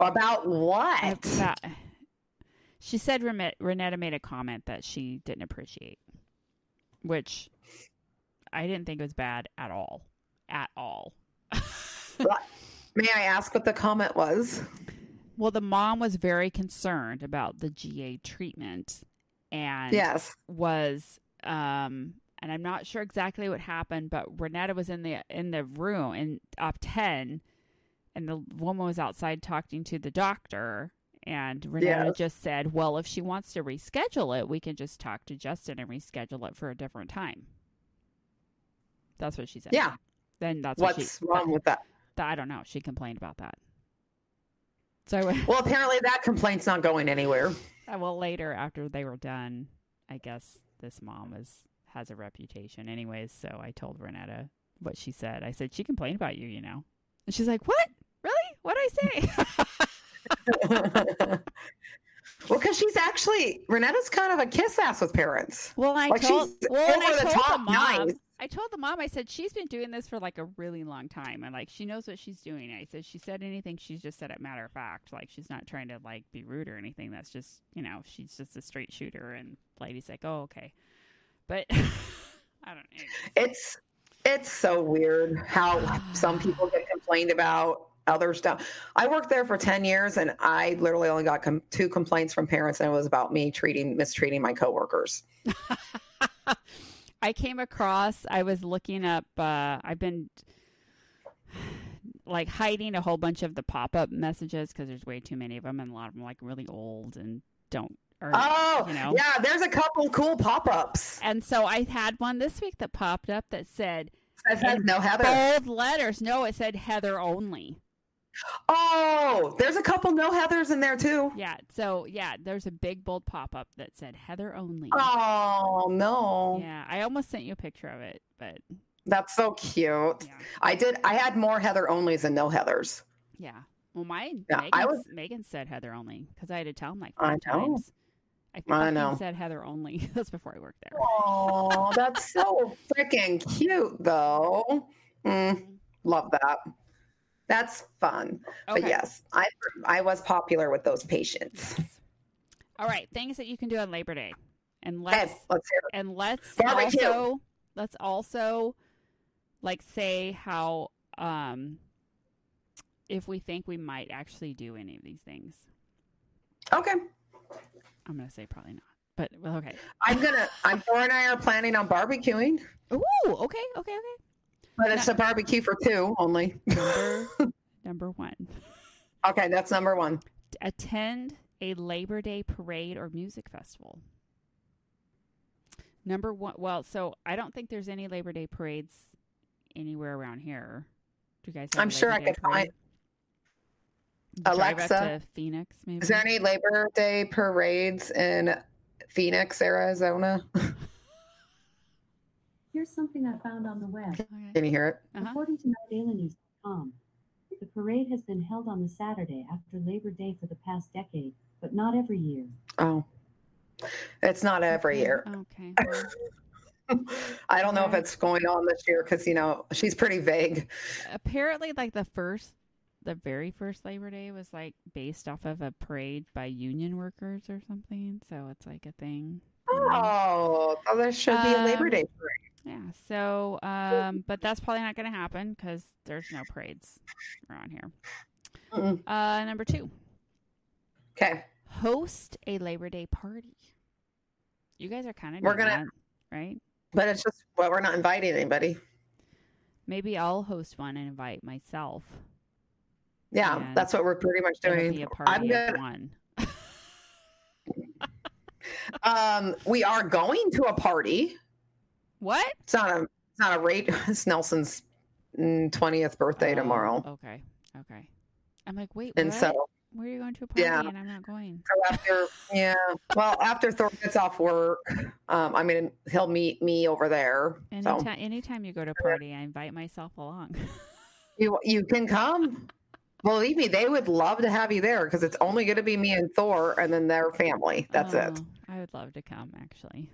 [SPEAKER 2] About what?
[SPEAKER 1] I- that- she said Reme- Renetta made a comment that she didn't appreciate, which I didn't think was bad at all. At all.
[SPEAKER 2] May I ask what the comment was?
[SPEAKER 1] Well, the mom was very concerned about the GA treatment and
[SPEAKER 2] Yes.
[SPEAKER 1] was um and I'm not sure exactly what happened, but Renetta was in the in the room in op ten and the woman was outside talking to the doctor and Renetta
[SPEAKER 2] Yes.
[SPEAKER 1] just said, Well, if she wants to reschedule it, we can just talk to Justin and reschedule it for a different time. That's what she said.
[SPEAKER 2] Yeah.
[SPEAKER 1] Then that's what
[SPEAKER 2] What's
[SPEAKER 1] she,
[SPEAKER 2] wrong with that?
[SPEAKER 1] that- I don't know. She complained about that. So I went,
[SPEAKER 2] Well, apparently that complaint's not going anywhere.
[SPEAKER 1] Uh, well, later after they were done, I guess this mom is has a reputation, anyways. So I told Renetta what she said. I said she complained about you, you know, and she's like, "What? Really? What would I say?" (laughs)
[SPEAKER 2] (laughs) well, because she's actually Renetta's kind of a kiss ass with parents.
[SPEAKER 1] well, I
[SPEAKER 2] Like,
[SPEAKER 1] told
[SPEAKER 2] she's
[SPEAKER 1] well, and I
[SPEAKER 2] over the
[SPEAKER 1] told the
[SPEAKER 2] top
[SPEAKER 1] mom.
[SPEAKER 2] nice.
[SPEAKER 1] I told the mom. I said she's been doing this for like a really long time, and like she knows what she's doing. I said she said anything, she's just said it matter of fact. Like she's not trying to like be rude or anything. That's just you know she's just a straight shooter. And lady's like, "Oh, okay," but (laughs) I don't. know.
[SPEAKER 2] It's it's so weird how some people get complained about others don't. I worked there for 10 years and I literally only got com- two complaints from parents and it was about me treating mistreating my coworkers.
[SPEAKER 1] (laughs) I came across, I was looking up, uh, I've been like hiding a whole bunch of the pop up messages because there's way too many of them and a lot of them like really old and don't. Or,
[SPEAKER 2] Oh,
[SPEAKER 1] you know?
[SPEAKER 2] yeah, there's a couple cool pop-ups.
[SPEAKER 1] And so I had one this week that popped up that said
[SPEAKER 2] That says no Heather.
[SPEAKER 1] bold letters. No, it said Heather only.
[SPEAKER 2] Oh, there's a couple no Heathers in there too.
[SPEAKER 1] Yeah. So, yeah, there's a big bold pop up that said Heather only.
[SPEAKER 2] Oh, no.
[SPEAKER 1] Yeah. I almost sent you a picture of it, but
[SPEAKER 2] That's so cute.
[SPEAKER 1] yeah.
[SPEAKER 2] I did. I had more Heather onlys than no Heathers.
[SPEAKER 1] Yeah. Well, my
[SPEAKER 2] Yeah,
[SPEAKER 1] Megan,
[SPEAKER 2] I was-
[SPEAKER 1] Megan said Heather only because I had to tell him like
[SPEAKER 2] I
[SPEAKER 1] five
[SPEAKER 2] know.
[SPEAKER 1] times. I, fucking
[SPEAKER 2] know.
[SPEAKER 1] said Heather only. (laughs) That's before I worked there.
[SPEAKER 2] Oh, that's so freaking cute, though. Mm, love that. That's fun. But yes, I I was popular with those patients.
[SPEAKER 1] Yes. (laughs) All right, things that you can do on Labor Day, and let's
[SPEAKER 2] Yes, let's hear it.
[SPEAKER 1] and let's
[SPEAKER 2] Barbecue.
[SPEAKER 1] also let's also like say how um if we think we might actually do any of these things.
[SPEAKER 2] Okay,
[SPEAKER 1] I'm gonna say probably not, but well,
[SPEAKER 2] (gasps)
[SPEAKER 1] okay.
[SPEAKER 2] I'm gonna. I'm Thor and I are planning on barbecuing,
[SPEAKER 1] Ooh, okay, okay, okay.
[SPEAKER 2] but it's a barbecue for two only.
[SPEAKER 1] Number
[SPEAKER 2] (laughs)
[SPEAKER 1] number one.
[SPEAKER 2] okay, that's number one.
[SPEAKER 1] attend a Labor Day parade or music festival. Number one, well, so I don't think there's any Labor Day parades anywhere around here. Do you guys? Have
[SPEAKER 2] I'm
[SPEAKER 1] a
[SPEAKER 2] sure
[SPEAKER 1] Labor
[SPEAKER 2] I
[SPEAKER 1] Day
[SPEAKER 2] could
[SPEAKER 1] parade? Drive up
[SPEAKER 2] Alexa,
[SPEAKER 1] to Phoenix, maybe.
[SPEAKER 2] Is there any Labor Day parades in Phoenix, Arizona?
[SPEAKER 3] Here's something I found on the web.
[SPEAKER 1] Okay.
[SPEAKER 2] Can you hear it?
[SPEAKER 1] Uh-huh.
[SPEAKER 3] According to MyDailyNews.com, the parade has been held on the Saturday after Labor Day for the past decade, but not every year.
[SPEAKER 2] Oh, it's not every
[SPEAKER 1] Okay,
[SPEAKER 2] year.
[SPEAKER 1] Okay. well,
[SPEAKER 2] (laughs) I don't know if
[SPEAKER 1] Right.
[SPEAKER 2] it's going on this year because you know she's pretty vague.
[SPEAKER 1] Apparently, like the first, the very first Labor Day was like based off of a parade by union workers or something. So it's like a thing. you know?
[SPEAKER 2] Oh, so there should be a Labor
[SPEAKER 1] Um,
[SPEAKER 2] Day parade.
[SPEAKER 1] Yeah. So, um, but that's probably not going to happen because there's no parades around here.
[SPEAKER 2] Mm-mm.
[SPEAKER 1] Uh, number two,
[SPEAKER 2] Okay,
[SPEAKER 1] host a Labor Day party. You guys are kind of
[SPEAKER 2] We're gonna-
[SPEAKER 1] right.
[SPEAKER 2] but it's just well, we're not inviting anybody.
[SPEAKER 1] Maybe I'll host one and invite myself.
[SPEAKER 2] Yeah,
[SPEAKER 1] Yeah.
[SPEAKER 2] that's what we're pretty much
[SPEAKER 1] It'll be
[SPEAKER 2] doing.
[SPEAKER 1] a
[SPEAKER 2] I'm
[SPEAKER 1] party of
[SPEAKER 2] gonna,
[SPEAKER 1] one. (laughs)
[SPEAKER 2] um, we are going to a party.
[SPEAKER 1] What?
[SPEAKER 2] It's not a it's not a rate. (laughs) It's Nelson's mm, twentieth birthday
[SPEAKER 1] Oh,
[SPEAKER 2] tomorrow,
[SPEAKER 1] Okay. Okay. I'm like, wait,
[SPEAKER 2] and
[SPEAKER 1] what?
[SPEAKER 2] so,
[SPEAKER 1] where are you going to a party
[SPEAKER 2] Yeah.
[SPEAKER 1] and I'm not going?
[SPEAKER 2] so after yeah, well after Thor gets off work, um, I mean he'll meet me over there.
[SPEAKER 1] Anytime,
[SPEAKER 2] So
[SPEAKER 1] anytime you go to a party, I invite myself along.
[SPEAKER 2] You you can come. Believe me, they would love to have you there because it's only going to be me and Thor, and then their family. That's it.
[SPEAKER 1] Oh, I would love to come actually.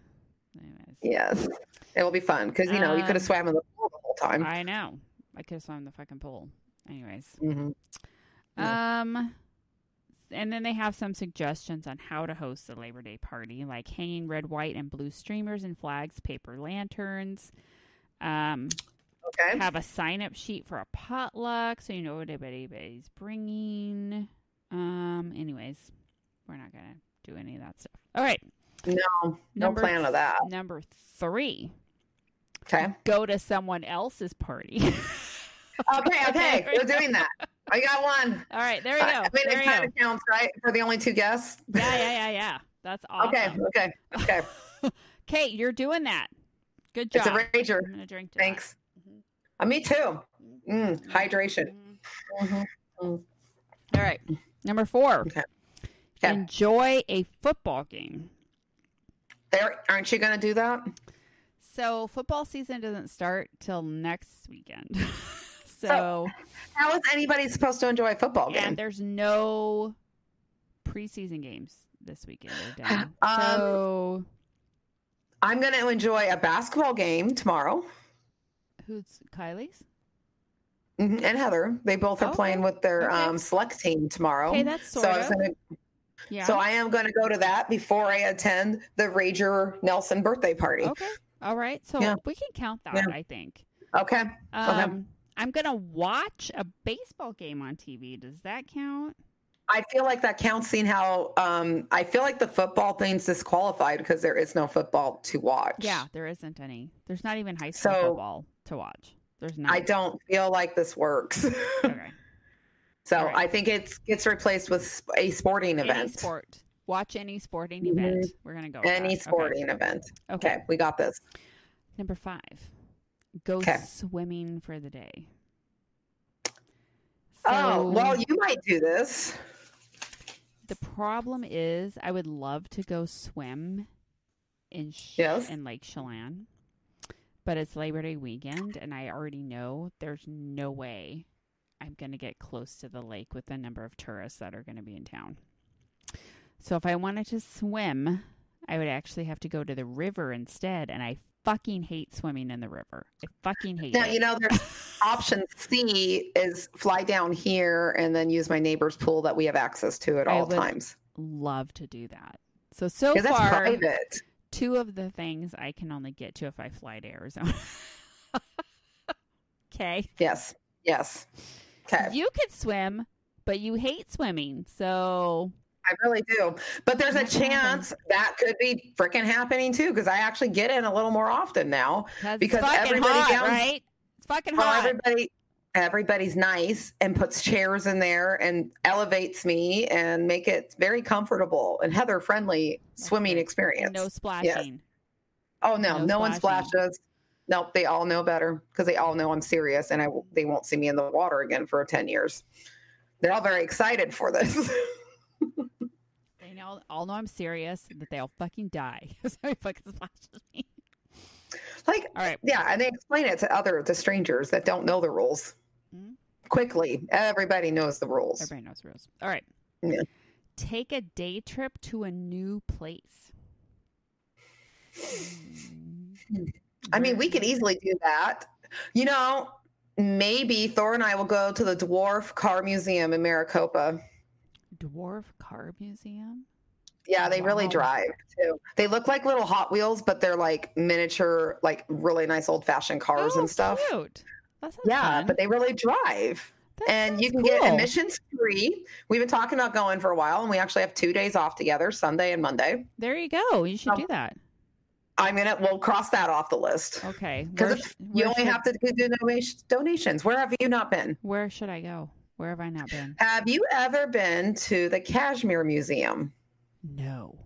[SPEAKER 1] Anyways.
[SPEAKER 2] Yes, it will be fun because you know you could
[SPEAKER 1] Um,
[SPEAKER 2] have swam in the pool the whole time.
[SPEAKER 1] I know.
[SPEAKER 2] Mm-hmm.
[SPEAKER 1] I could have swum in the fucking pool. Anyways.
[SPEAKER 2] Mhm.
[SPEAKER 1] Um and then they have some suggestions on how to host the Labor Day party, like hanging red, white, and blue streamers and flags, paper lanterns. Um,
[SPEAKER 2] Okay.
[SPEAKER 1] have a sign up sheet for a potluck so you know what everybody's bringing. Um, anyways, we're not gonna do any of that stuff. All right,
[SPEAKER 2] No, no
[SPEAKER 1] number
[SPEAKER 2] plan of that.
[SPEAKER 1] number three, (laughs)
[SPEAKER 2] Okay.
[SPEAKER 1] go to someone else's party. (laughs)
[SPEAKER 2] Okay. Okay.
[SPEAKER 1] Okay.
[SPEAKER 2] We're doing that. I got one.
[SPEAKER 1] All right, there you go.
[SPEAKER 2] I mean,
[SPEAKER 1] there
[SPEAKER 2] it
[SPEAKER 1] you
[SPEAKER 2] kind
[SPEAKER 1] go.
[SPEAKER 2] of counts, right? For the only two guests.
[SPEAKER 1] Yeah, yeah, yeah, yeah. That's awesome.
[SPEAKER 2] (laughs) Okay. Okay. Okay.
[SPEAKER 1] Kate, you're doing that. Good job.
[SPEAKER 2] It's a rager.
[SPEAKER 1] I'm gonna drink to that.
[SPEAKER 2] Thanks.
[SPEAKER 1] Mhm.
[SPEAKER 2] Uh, me too. Mm, hydration.
[SPEAKER 1] Mhm.
[SPEAKER 2] Mhm.
[SPEAKER 1] All right, number four.
[SPEAKER 2] Okay. Okay.
[SPEAKER 1] Enjoy a football game.
[SPEAKER 2] There, aren't you going to do that?
[SPEAKER 1] So football season doesn't start till next weekend. (laughs) so
[SPEAKER 2] How is anybody supposed to enjoy a football game?
[SPEAKER 1] and there's no preseason games this weekend. They're done.
[SPEAKER 2] (sighs) Um,
[SPEAKER 1] so
[SPEAKER 2] I'm going to enjoy a basketball game tomorrow.
[SPEAKER 1] who's Kylie's?
[SPEAKER 2] Mhm, And Heather, they both are
[SPEAKER 1] Okay.
[SPEAKER 2] playing with their
[SPEAKER 1] Oh, Okay.
[SPEAKER 2] um, select team tomorrow.
[SPEAKER 1] Okay, that's
[SPEAKER 2] so
[SPEAKER 1] sort
[SPEAKER 2] I
[SPEAKER 1] of
[SPEAKER 2] was gonna,
[SPEAKER 1] yeah.
[SPEAKER 2] so I am going to go to that before I attend the Rager Nelson birthday party. Okay.
[SPEAKER 1] okay, all right. So
[SPEAKER 2] Yeah.
[SPEAKER 1] we can count that.
[SPEAKER 2] Yeah.
[SPEAKER 1] I think. Um,
[SPEAKER 2] Okay.
[SPEAKER 1] I'm gonna watch a baseball game on TV. Does that count?
[SPEAKER 2] I feel like that counts. Seeing how um, I feel like the football thing's disqualified because there is no football to watch.
[SPEAKER 1] Yeah, there isn't any. There's not even high school
[SPEAKER 2] So-
[SPEAKER 1] football to watch. There's not.
[SPEAKER 2] I don't feel like this works. (laughs)
[SPEAKER 1] Okay.
[SPEAKER 2] So
[SPEAKER 1] All right.
[SPEAKER 2] I think it's gets replaced with sp- a sporting event.
[SPEAKER 1] Any sport. Watch any sporting
[SPEAKER 2] Mhm.
[SPEAKER 1] event. We're gonna go. with that.
[SPEAKER 2] Any
[SPEAKER 1] Okay.
[SPEAKER 2] sporting event.
[SPEAKER 1] Mm-hmm. Okay.
[SPEAKER 2] Okay, we got this.
[SPEAKER 1] Number five. Go
[SPEAKER 2] Okay.
[SPEAKER 1] swimming for the day.
[SPEAKER 2] oh,
[SPEAKER 1] So,
[SPEAKER 2] well, you might do this.
[SPEAKER 1] the problem is, I would love to go swim in Sh-
[SPEAKER 2] Yes.
[SPEAKER 1] in Lake Chelan, but it's Labor Day weekend, and I already know there's no way I'm going to get close to the lake with the number of tourists that are going to be in town. So if I wanted to swim, I would actually have to go to the river instead, and I fucking hate swimming in the river. I fucking hate
[SPEAKER 2] Now
[SPEAKER 1] it.
[SPEAKER 2] you know there's
[SPEAKER 1] (laughs)
[SPEAKER 2] option C is fly down here and then use my neighbor's pool that we have access to at
[SPEAKER 1] I
[SPEAKER 2] all
[SPEAKER 1] would-
[SPEAKER 2] times
[SPEAKER 1] love to do that. So so
[SPEAKER 2] because that's
[SPEAKER 1] far,
[SPEAKER 2] private.
[SPEAKER 1] two of the things I can only get to if I fly to Arizona. (laughs) okay.
[SPEAKER 2] Yes, yes. Okay,
[SPEAKER 1] You could swim, but you hate swimming. So
[SPEAKER 2] I really do. But there's a
[SPEAKER 1] That can happen.
[SPEAKER 2] chance that could be freaking happening too because I actually get in a little more often now.
[SPEAKER 1] 'cause
[SPEAKER 2] Because
[SPEAKER 1] it's fucking
[SPEAKER 2] everybody
[SPEAKER 1] hot,
[SPEAKER 2] down-
[SPEAKER 1] right? It's fucking
[SPEAKER 2] Well,
[SPEAKER 1] hot.
[SPEAKER 2] everybody everybody's nice and puts chairs in there and elevates me and make it very comfortable and heather friendly swimming
[SPEAKER 1] good.
[SPEAKER 2] experience.
[SPEAKER 1] And no splashing.
[SPEAKER 2] oh no,
[SPEAKER 1] no
[SPEAKER 2] no, one
[SPEAKER 1] splashing.
[SPEAKER 2] splashes. Nope, they all know better because they all know I'm serious and I w- they won't see me in the water again for 10 years. They're all very excited for this. (laughs)
[SPEAKER 1] They know all know I'm serious that they'll fucking die. (laughs) so he fucking splashes me.
[SPEAKER 2] like
[SPEAKER 1] All right.
[SPEAKER 2] yeah, and they explain it to other to strangers that don't know the rules.
[SPEAKER 1] Mhm.
[SPEAKER 2] Quickly, everybody knows the rules.
[SPEAKER 1] Everybody knows the rules. All right.
[SPEAKER 2] Yeah.
[SPEAKER 1] Take a day trip to a new place. Mm.
[SPEAKER 2] I mean,
[SPEAKER 1] Where-
[SPEAKER 2] we could easily do that. You know, maybe Thor and I will go to the Dwarf Car Museum in Maricopa.
[SPEAKER 1] Dwarf Car Museum.
[SPEAKER 2] Yeah, they really
[SPEAKER 1] Wow.
[SPEAKER 2] drive too. They look like little Hot Wheels, but they're like miniature, like really nice old fashioned cars
[SPEAKER 1] Oh,
[SPEAKER 2] and stuff.
[SPEAKER 1] Cute. That sounds
[SPEAKER 2] Yeah,
[SPEAKER 1] fun.
[SPEAKER 2] but they really drive.
[SPEAKER 1] That
[SPEAKER 2] and you
[SPEAKER 1] sounds
[SPEAKER 2] can get
[SPEAKER 1] cool.
[SPEAKER 2] admissions free. We've been talking about going for a while, and we actually have two days off together Sunday and Monday.
[SPEAKER 1] There you go. You should
[SPEAKER 2] Um,
[SPEAKER 1] do that.
[SPEAKER 2] I'm going to, we'll cross that off the list.
[SPEAKER 1] Okay.
[SPEAKER 2] (laughs) 'Cause
[SPEAKER 1] Where
[SPEAKER 2] if
[SPEAKER 1] sh-
[SPEAKER 2] You
[SPEAKER 1] where
[SPEAKER 2] only
[SPEAKER 1] should-
[SPEAKER 2] have to do donat- donations. Where have you not been?
[SPEAKER 1] Where should I go? Where have I not been?
[SPEAKER 2] Have you ever been to the Kashmir Museum
[SPEAKER 1] No.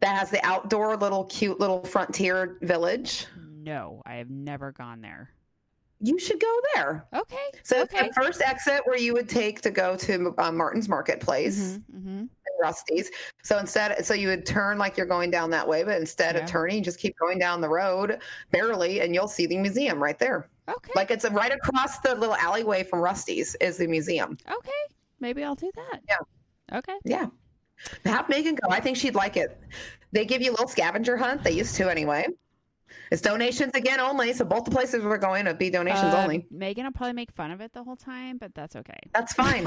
[SPEAKER 2] that has the outdoor little cute little frontier village?
[SPEAKER 1] No, I have never gone there.
[SPEAKER 2] You should go there.
[SPEAKER 1] Okay.
[SPEAKER 2] So it's
[SPEAKER 1] okay.
[SPEAKER 2] the first exit where you would take to go to uh, Martin's Marketplace
[SPEAKER 1] Mhm, mhm.
[SPEAKER 2] and Rusty's. So instead, so you would turn like you're going down that way, but instead
[SPEAKER 1] Yeah.
[SPEAKER 2] of turning, just keep going down the road barely, and you'll see the museum right there.
[SPEAKER 1] Okay.
[SPEAKER 2] Like it's right across the little alleyway from Rusty's is the museum.
[SPEAKER 1] okay. Maybe I'll do that.
[SPEAKER 2] Yeah.
[SPEAKER 1] Okay.
[SPEAKER 2] Yeah. Have Megan go. I think she'd like it. They give you a little scavenger hunt. They used to anyway. It's donations again only. So both the places we're going to be donations
[SPEAKER 1] Uh,
[SPEAKER 2] only.
[SPEAKER 1] (laughs) Megan will probably make fun of it the whole time, but that's okay.
[SPEAKER 2] That's fine.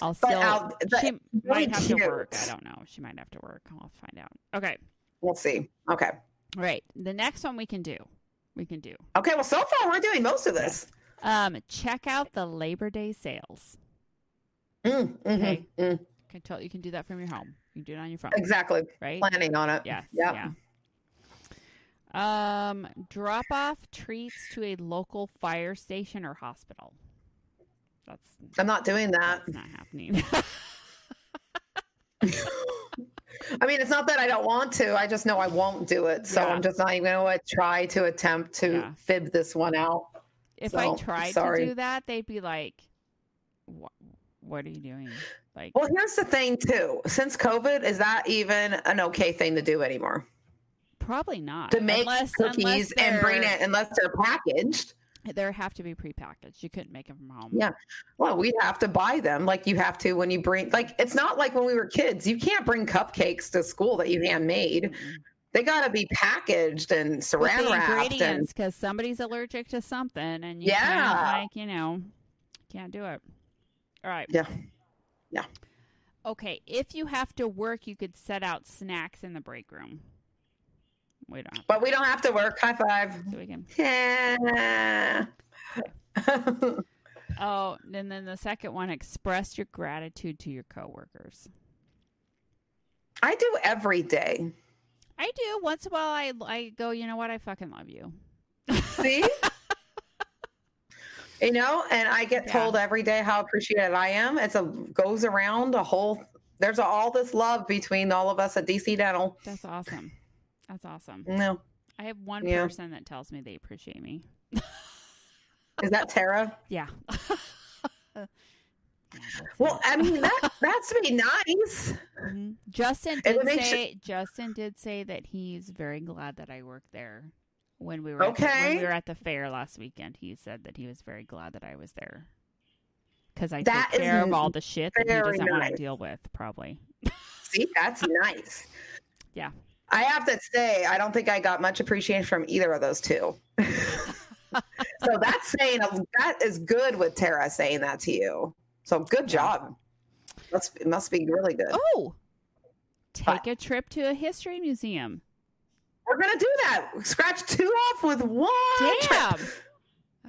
[SPEAKER 1] I'll
[SPEAKER 2] But
[SPEAKER 1] still.
[SPEAKER 2] I'll- but
[SPEAKER 1] she might have to
[SPEAKER 2] cute.
[SPEAKER 1] work. I don't know. She might have to work. I'll find out. Okay.
[SPEAKER 2] We'll see. Okay.
[SPEAKER 1] All right. The next one we can do. We can do.
[SPEAKER 2] Okay. Well, so far we're doing most of this.
[SPEAKER 1] Um, check out the Labor Day sales.
[SPEAKER 2] Mm, mhm,
[SPEAKER 1] Okay.
[SPEAKER 2] mm.
[SPEAKER 1] Can tell you can do that from your home. You can do it on your phone.
[SPEAKER 2] Exactly.
[SPEAKER 1] Right.
[SPEAKER 2] Planning on it.
[SPEAKER 1] Yes.
[SPEAKER 2] Yeah.
[SPEAKER 1] Yeah. Um, drop off treats to a local fire station or hospital. That's
[SPEAKER 2] I'm not doing that.
[SPEAKER 1] that's not
[SPEAKER 2] (laughs)
[SPEAKER 1] happening.
[SPEAKER 2] I mean, it's not that I don't want to. I just know I won't do it. So
[SPEAKER 1] Yeah.
[SPEAKER 2] I'm just not even going to try to attempt to
[SPEAKER 1] Yeah.
[SPEAKER 2] fib this one out.
[SPEAKER 1] if I
[SPEAKER 2] So,
[SPEAKER 1] tried
[SPEAKER 2] sorry.
[SPEAKER 1] to do that, they'd be like, "What? What are you doing?" Like,
[SPEAKER 2] Well, here's the thing, too. Since COVID, is that even an okay thing to do anymore?
[SPEAKER 1] probably not.
[SPEAKER 2] To make
[SPEAKER 1] unless,
[SPEAKER 2] cookies
[SPEAKER 1] unless
[SPEAKER 2] and bring
[SPEAKER 1] they're-
[SPEAKER 2] it unless they're packaged.
[SPEAKER 1] There have to be prepackaged. You couldn't make them from home.
[SPEAKER 2] Yeah. Well, we have to buy them like you have to when you bring like it's not like when we were kids. You can't bring cupcakes to school that you handmade.
[SPEAKER 1] Mm-mm.
[SPEAKER 2] They gotta be packaged and
[SPEAKER 1] With
[SPEAKER 2] saran
[SPEAKER 1] the
[SPEAKER 2] wrapped and
[SPEAKER 1] ingredients, because somebody's allergic to something, and you yeah,
[SPEAKER 2] Yeah.
[SPEAKER 1] like you know, can't do it. All right.
[SPEAKER 2] Yeah. Yeah.
[SPEAKER 1] Okay, if you have to work, you could set out snacks in the break room. We don't. Have
[SPEAKER 2] but we don't have to work. High five.
[SPEAKER 1] to, so we can.
[SPEAKER 2] Yeah.
[SPEAKER 1] Oh, and then the second one: express your gratitude to your coworkers.
[SPEAKER 2] (laughs) I do every day.
[SPEAKER 1] I do. Once in a while, I I go. You know what? I fucking love you.
[SPEAKER 2] See? you know, and I get
[SPEAKER 1] Yeah.
[SPEAKER 2] told every day how appreciated I am. It's a goes around a whole there's all this love between all of us at DC Dental.
[SPEAKER 1] That's awesome. That's awesome.
[SPEAKER 2] No.
[SPEAKER 1] I have one
[SPEAKER 2] Yeah.
[SPEAKER 1] person that tells me they appreciate me.
[SPEAKER 2] (laughs) Is that Tara?
[SPEAKER 1] Yeah. Yeah, that's
[SPEAKER 2] Well,
[SPEAKER 1] it.
[SPEAKER 2] I mean that that's be nice.
[SPEAKER 1] Mhm. Justin
[SPEAKER 2] it
[SPEAKER 1] did
[SPEAKER 2] makes-
[SPEAKER 1] say Justin did say that he's very glad that I worked there when we were at the- when
[SPEAKER 2] Okay.
[SPEAKER 1] we were at the fair last weekend. He said that he was very glad that I was there because I
[SPEAKER 2] That
[SPEAKER 1] took care
[SPEAKER 2] is
[SPEAKER 1] of all the shit that he
[SPEAKER 2] very
[SPEAKER 1] doesn't want to
[SPEAKER 2] nice.
[SPEAKER 1] deal with. Probably.
[SPEAKER 2] See, that's nice.
[SPEAKER 1] Yeah.
[SPEAKER 2] I have to say, I don't think I got much appreciation from either of those two. (laughs) so that's saying that is good with Tara saying that to you. So good job. Must it must be really good.
[SPEAKER 1] Oh, take a trip to a history museum.
[SPEAKER 2] We're gonna do that. Scratch two off with one.
[SPEAKER 1] Damn.
[SPEAKER 2] trip.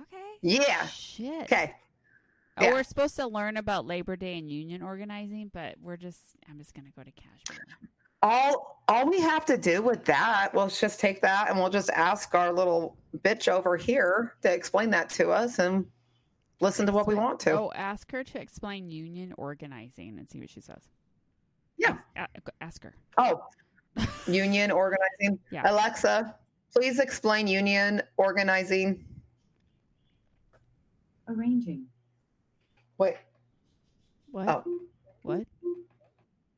[SPEAKER 1] Okay.
[SPEAKER 2] Yeah.
[SPEAKER 1] Shit.
[SPEAKER 2] Okay.
[SPEAKER 1] Oh,
[SPEAKER 2] Yeah.
[SPEAKER 1] we're supposed to learn about Labor Day and union organizing, but we're just I'm just gonna go to Cashmere.
[SPEAKER 2] all all we have to do with that we'll just take that and we'll just ask our little bitch over here to explain that to us and listen to what we
[SPEAKER 1] Excellent.
[SPEAKER 2] want to
[SPEAKER 1] Oh, ask her to explain union organizing and see what she says.
[SPEAKER 2] Yeah.
[SPEAKER 1] A- ask her.
[SPEAKER 2] oh union organizing
[SPEAKER 1] (laughs) Yeah.
[SPEAKER 2] alexa please explain union organizing
[SPEAKER 3] Arranging.
[SPEAKER 2] wait
[SPEAKER 1] What?
[SPEAKER 2] Oh.
[SPEAKER 1] What?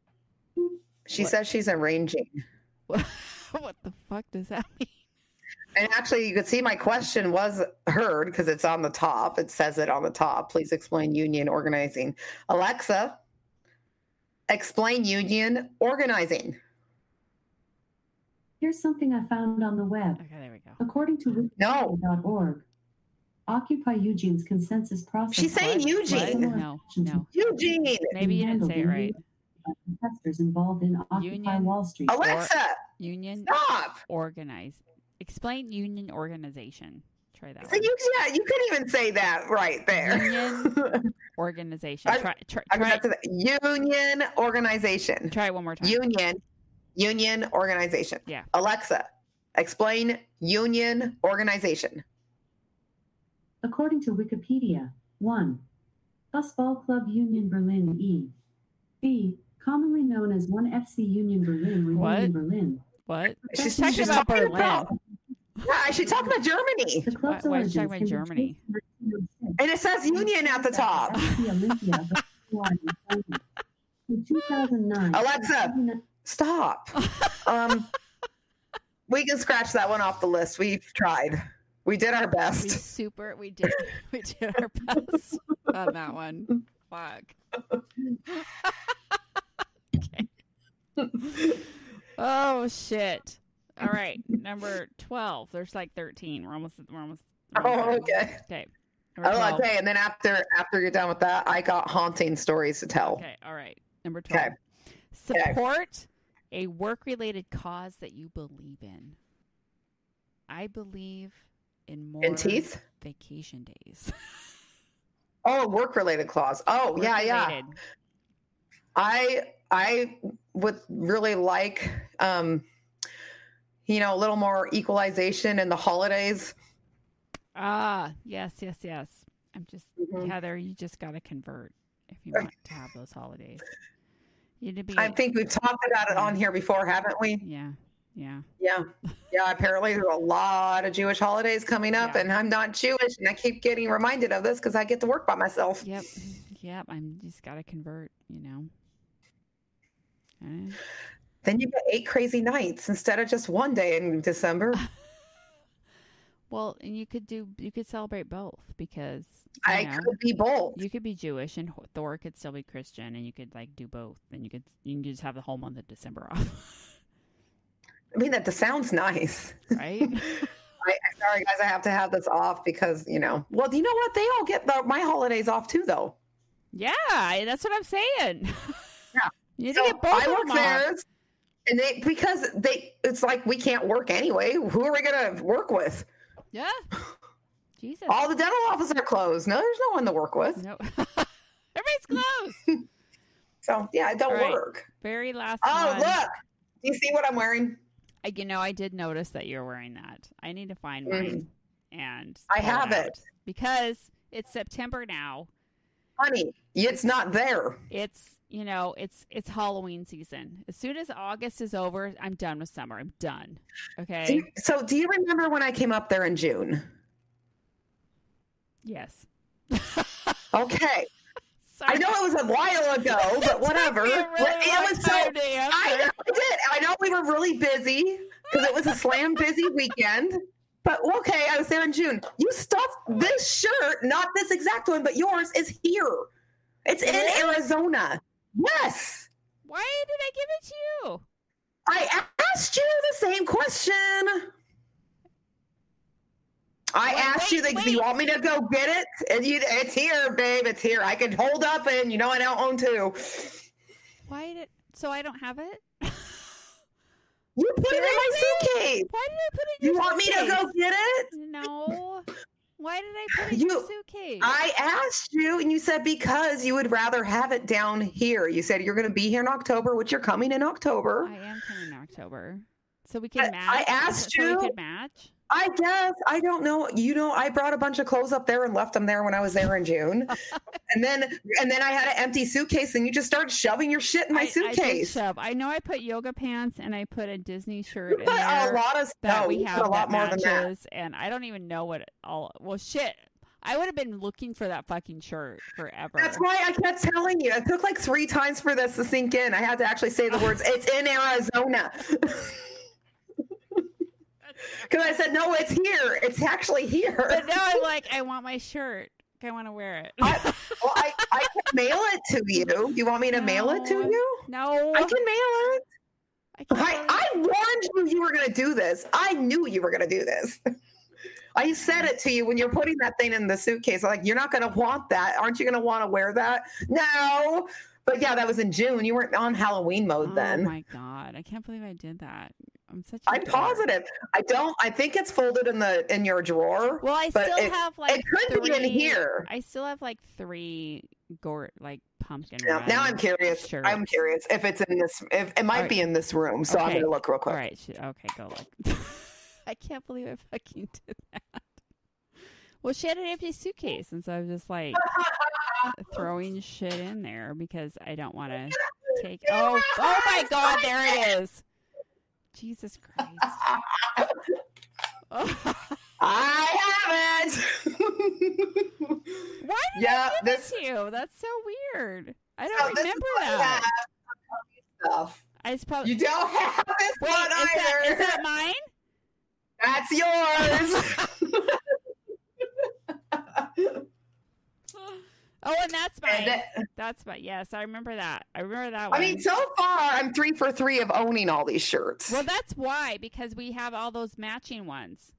[SPEAKER 1] (laughs)
[SPEAKER 2] she
[SPEAKER 1] What?
[SPEAKER 2] says she's arranging
[SPEAKER 1] what the fuck does that mean? (laughs)
[SPEAKER 2] and actually you could see my question was heard because it's on the top it says it on the top please explain union organizing alexa explain union organizing
[SPEAKER 3] Here's something I found on the web.
[SPEAKER 1] Okay, there we go.
[SPEAKER 3] According to
[SPEAKER 2] no
[SPEAKER 3] Wikipedia.org, Occupy Eugene's consensus process.
[SPEAKER 2] She's saying
[SPEAKER 3] was
[SPEAKER 2] Eugene.
[SPEAKER 3] similar
[SPEAKER 1] No,
[SPEAKER 3] actions
[SPEAKER 1] no.
[SPEAKER 2] Eugene,
[SPEAKER 1] Maybe you didn't say it right.
[SPEAKER 3] by protesters involved in Occupy
[SPEAKER 1] Union.
[SPEAKER 3] Wall Street.
[SPEAKER 2] Alexa,
[SPEAKER 1] Union
[SPEAKER 2] stop.
[SPEAKER 1] organize. Explain union organization. Try that.
[SPEAKER 2] So
[SPEAKER 1] one.
[SPEAKER 2] you, yeah, you couldn't even say that right there. (laughs)
[SPEAKER 1] Union organization.
[SPEAKER 2] I-
[SPEAKER 1] Try, try,
[SPEAKER 2] I
[SPEAKER 1] try,
[SPEAKER 2] forgot to union organization.
[SPEAKER 1] try it one more time.
[SPEAKER 2] Union, union organization.
[SPEAKER 1] Yeah.
[SPEAKER 2] Alexa, explain union organization.
[SPEAKER 3] According to Wikipedia, 1. Busball Club Union Berlin E. B. Commonly known as 1FC Union Berlin or
[SPEAKER 1] What?
[SPEAKER 3] Union Berlin.
[SPEAKER 1] what?
[SPEAKER 2] She's,
[SPEAKER 1] talking
[SPEAKER 2] she's
[SPEAKER 1] about
[SPEAKER 2] talking
[SPEAKER 1] Berlin.
[SPEAKER 2] about. Yeah, I should talk about Germany.
[SPEAKER 3] The club's
[SPEAKER 1] Why- why is
[SPEAKER 3] origins
[SPEAKER 1] she talking
[SPEAKER 3] can be
[SPEAKER 1] about Germany?
[SPEAKER 3] traced to 1906.
[SPEAKER 2] And it says union at the top.
[SPEAKER 3] FC (laughs) Olympia, but won in China. In 2009,
[SPEAKER 2] Alexa, stop. Um, (laughs) we can scratch that one off the list. We've tried. We did our
[SPEAKER 1] We
[SPEAKER 2] best.
[SPEAKER 1] super. We did. (laughs) We did our best on that one. Fuck. (laughs) okay. Oh shit! All right, number twelve. There's like thirteen. We're almost. We're almost. we're almost
[SPEAKER 2] (laughs) Oh,
[SPEAKER 1] there.
[SPEAKER 2] okay.
[SPEAKER 1] Okay. Number
[SPEAKER 2] Oh,
[SPEAKER 1] 12.
[SPEAKER 2] okay. And then after after you're done with that, I got haunting stories to tell.
[SPEAKER 1] Okay, all right. Number 12.
[SPEAKER 2] Okay. Okay.
[SPEAKER 1] Support a work related cause that you believe in. I believe in more
[SPEAKER 2] And teeth?
[SPEAKER 1] vacation days.
[SPEAKER 2] Oh, work related clause. Oh, yeah, yeah.
[SPEAKER 1] Work-related.
[SPEAKER 2] I I would really like um you know a little more equalization in the holidays.
[SPEAKER 1] Ah, yes, yes, yes. I'm just,
[SPEAKER 2] Mhm.
[SPEAKER 1] Heather, you just got to convert if you want to have those holidays. You need to be.
[SPEAKER 2] I think we've talked about it on here before, haven't we?
[SPEAKER 1] Yeah, yeah.
[SPEAKER 2] Yeah. Yeah, apparently there's a lot of Jewish holidays coming up
[SPEAKER 1] Yeah.
[SPEAKER 2] and I'm not Jewish and I keep getting reminded of this cuz I get to work by myself.
[SPEAKER 1] Yep, yep. I'm just got to convert, you know. Eh.
[SPEAKER 2] Then you get eight crazy nights instead of just one day in December.
[SPEAKER 1] Well, and you could do you could celebrate both because you
[SPEAKER 2] I
[SPEAKER 1] know,
[SPEAKER 2] could be both.
[SPEAKER 1] you could be Jewish and Ho- Thor could still be Christian, and you could like do both, and you could you can just have the whole month of December off, (laughs)
[SPEAKER 2] I mean that just sounds nice. (laughs)
[SPEAKER 1] right?
[SPEAKER 2] I, I'm sorry guys, I have to have this off because, you know. Well, you know what? They all get the, my holidays off too though.
[SPEAKER 1] yeah, I- that's what I'm saying. (laughs)
[SPEAKER 2] Yeah.
[SPEAKER 1] you need
[SPEAKER 2] So
[SPEAKER 1] to get both
[SPEAKER 2] I
[SPEAKER 1] of
[SPEAKER 2] work
[SPEAKER 1] them off.
[SPEAKER 2] there, and they because they it's like we can't work anyway. Who are we gonna work with?
[SPEAKER 1] Yeah, (laughs) Jesus,
[SPEAKER 2] All the dental offices are closed. No, there's no one to work with.
[SPEAKER 1] no, (laughs) everybody's closed.
[SPEAKER 2] So yeah, it don't
[SPEAKER 1] All right.
[SPEAKER 2] work.
[SPEAKER 1] Very last.
[SPEAKER 2] Oh
[SPEAKER 1] one.
[SPEAKER 2] look, do you see what I'm wearing?
[SPEAKER 1] I, you know, I did notice that you're wearing that. I need to find
[SPEAKER 2] Mm.
[SPEAKER 1] mine, and
[SPEAKER 2] I
[SPEAKER 1] pull
[SPEAKER 2] have
[SPEAKER 1] out.
[SPEAKER 2] it.
[SPEAKER 1] because it's September now.
[SPEAKER 2] Honey, it's not there.
[SPEAKER 1] it's you know it's it's halloween season as soon as august is over i'm done with summer i'm done
[SPEAKER 2] Do
[SPEAKER 1] okay
[SPEAKER 2] you- so do you remember when I came up there in June?
[SPEAKER 1] yes
[SPEAKER 2] Okay,
[SPEAKER 1] (laughs) Sorry.
[SPEAKER 2] I know it was a while (laughs) ago, but whatever.
[SPEAKER 1] It
[SPEAKER 2] Well, It was so. I know I did. I know we were really busy because it was a slam busy weekend. But okay, I was there in June. You stuffed this shirt, not this exact one, but yours is here. It's in
[SPEAKER 1] Really?
[SPEAKER 2] Arizona. Yes.
[SPEAKER 1] why did i give it to you
[SPEAKER 2] I asked you the same question. I
[SPEAKER 1] Wait,
[SPEAKER 2] asked you,
[SPEAKER 1] wait,
[SPEAKER 2] like, do you
[SPEAKER 1] wait.
[SPEAKER 2] want me to go get it? And you, it's here, babe. It's here. I can hold up, and you know I don't own two.
[SPEAKER 1] why did so i don't have it (laughs)
[SPEAKER 2] You put it in my suitcase.
[SPEAKER 1] why did i put it in
[SPEAKER 2] You
[SPEAKER 1] your
[SPEAKER 2] want me to go
[SPEAKER 1] suitcase?
[SPEAKER 2] get it?
[SPEAKER 1] no why did i put it in your
[SPEAKER 2] You-
[SPEAKER 1] suitcase
[SPEAKER 2] I asked you, and you said because you would rather have it down here. You said you're going to be here in October, which you're coming in October.
[SPEAKER 1] I am coming in october so we can
[SPEAKER 2] I-
[SPEAKER 1] match
[SPEAKER 2] I asked
[SPEAKER 1] so
[SPEAKER 2] you.
[SPEAKER 1] we could match
[SPEAKER 2] I guess I don't know. You know, I brought a bunch of clothes up there and left them there when I was there
[SPEAKER 1] (laughs)
[SPEAKER 2] in June, and then and then I had an empty suitcase, and you just started shoving your shit in my
[SPEAKER 1] I- I did
[SPEAKER 2] suitcase.
[SPEAKER 1] shove. I, know I put yoga pants and I put a Disney shirt.
[SPEAKER 2] you
[SPEAKER 1] in
[SPEAKER 2] put a
[SPEAKER 1] there.
[SPEAKER 2] lot of
[SPEAKER 1] that
[SPEAKER 2] no,
[SPEAKER 1] we
[SPEAKER 2] you
[SPEAKER 1] have
[SPEAKER 2] put a lot
[SPEAKER 1] that
[SPEAKER 2] more
[SPEAKER 1] matches,
[SPEAKER 2] than that.
[SPEAKER 1] and I don't even know what it all. Well, shit, I would have been looking for that fucking shirt forever.
[SPEAKER 2] That's why I kept telling you. It took like three times for this to sink in. I had to actually say the words. It's in Arizona. (laughs) Because I said, no, it's here. It's actually here.
[SPEAKER 1] but now I'm like, I want my shirt. I want to wear it.
[SPEAKER 2] I- (laughs) well, I, I can mail it to you. You want me to mail it to
[SPEAKER 1] No.
[SPEAKER 2] you?
[SPEAKER 1] no,
[SPEAKER 2] I can mail it.
[SPEAKER 1] I can't
[SPEAKER 2] I,
[SPEAKER 1] wear
[SPEAKER 2] I warned you you were going to do this. I knew you were going to do this. I said it to you when you're putting that thing in the suitcase. I'm like, you're not going to want that. Aren't you going to want to wear that? No. But yeah, that was in June. You weren't on Halloween
[SPEAKER 1] it.
[SPEAKER 2] mode then.
[SPEAKER 1] Oh my god, I can't believe I did that. I'm such. a
[SPEAKER 2] I'm
[SPEAKER 1] dork.
[SPEAKER 2] positive. I don't. I think it's folded in the in your drawer.
[SPEAKER 1] Well, I
[SPEAKER 2] but
[SPEAKER 1] still
[SPEAKER 2] it-
[SPEAKER 1] have like
[SPEAKER 2] it could be in
[SPEAKER 1] three-
[SPEAKER 2] here.
[SPEAKER 1] I still have like three gort like pumpkin.
[SPEAKER 2] Now, now I'm
[SPEAKER 1] run
[SPEAKER 2] curious. I'm
[SPEAKER 1] shirts.
[SPEAKER 2] curious if it's in this. If it might
[SPEAKER 1] Alright.
[SPEAKER 2] be in this room, so I'm
[SPEAKER 1] Okay.
[SPEAKER 2] gonna look real
[SPEAKER 1] All
[SPEAKER 2] quick.
[SPEAKER 1] right. She, okay, go look. (laughs) I can't believe I fucking did that. Well, she had an empty suitcase, and so I was just
[SPEAKER 2] (laughs)
[SPEAKER 1] like throwing shit in there because I don't want to take. Oh, oh my God! There it is. Jesus Christ!
[SPEAKER 2] (laughs)
[SPEAKER 1] (laughs) Oh,
[SPEAKER 2] I have it. (laughs)
[SPEAKER 1] why did
[SPEAKER 2] yeah,
[SPEAKER 1] I
[SPEAKER 2] this
[SPEAKER 1] this Oh, you? That's so weird. I
[SPEAKER 2] so
[SPEAKER 1] don't
[SPEAKER 2] this is
[SPEAKER 1] remember
[SPEAKER 2] what I
[SPEAKER 1] that.
[SPEAKER 2] have on stuff.
[SPEAKER 1] I just probably.
[SPEAKER 2] You don't have this
[SPEAKER 1] Wait, is
[SPEAKER 2] one
[SPEAKER 1] that,
[SPEAKER 2] either.
[SPEAKER 1] is that mine?
[SPEAKER 2] (laughs) That's
[SPEAKER 1] (laughs)
[SPEAKER 2] yours.
[SPEAKER 1] Oh, and that's mine.
[SPEAKER 2] And that-
[SPEAKER 1] that's mine. Yes, I remember that. I remember that
[SPEAKER 2] I
[SPEAKER 1] one.
[SPEAKER 2] mean, so far I'm three for three of owning all these shirts.
[SPEAKER 1] Well, that's why because we have all those matching ones.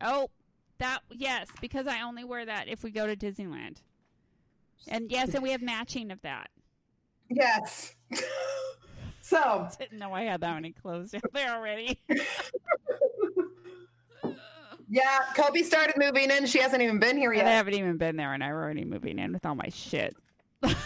[SPEAKER 1] Oh, That yes, because I only wear that if we go to Disneyland. And yes, and we have matching of that. (laughs)
[SPEAKER 2] Yes. (laughs) so
[SPEAKER 1] Didn't know I had that many clothes out there
[SPEAKER 2] (laughs)
[SPEAKER 1] already.
[SPEAKER 2] yeah, Kobe started moving in. She hasn't even been here
[SPEAKER 1] And I
[SPEAKER 2] yet.
[SPEAKER 1] haven't even been there, and I'm already moving in with all my shit. (laughs) okay.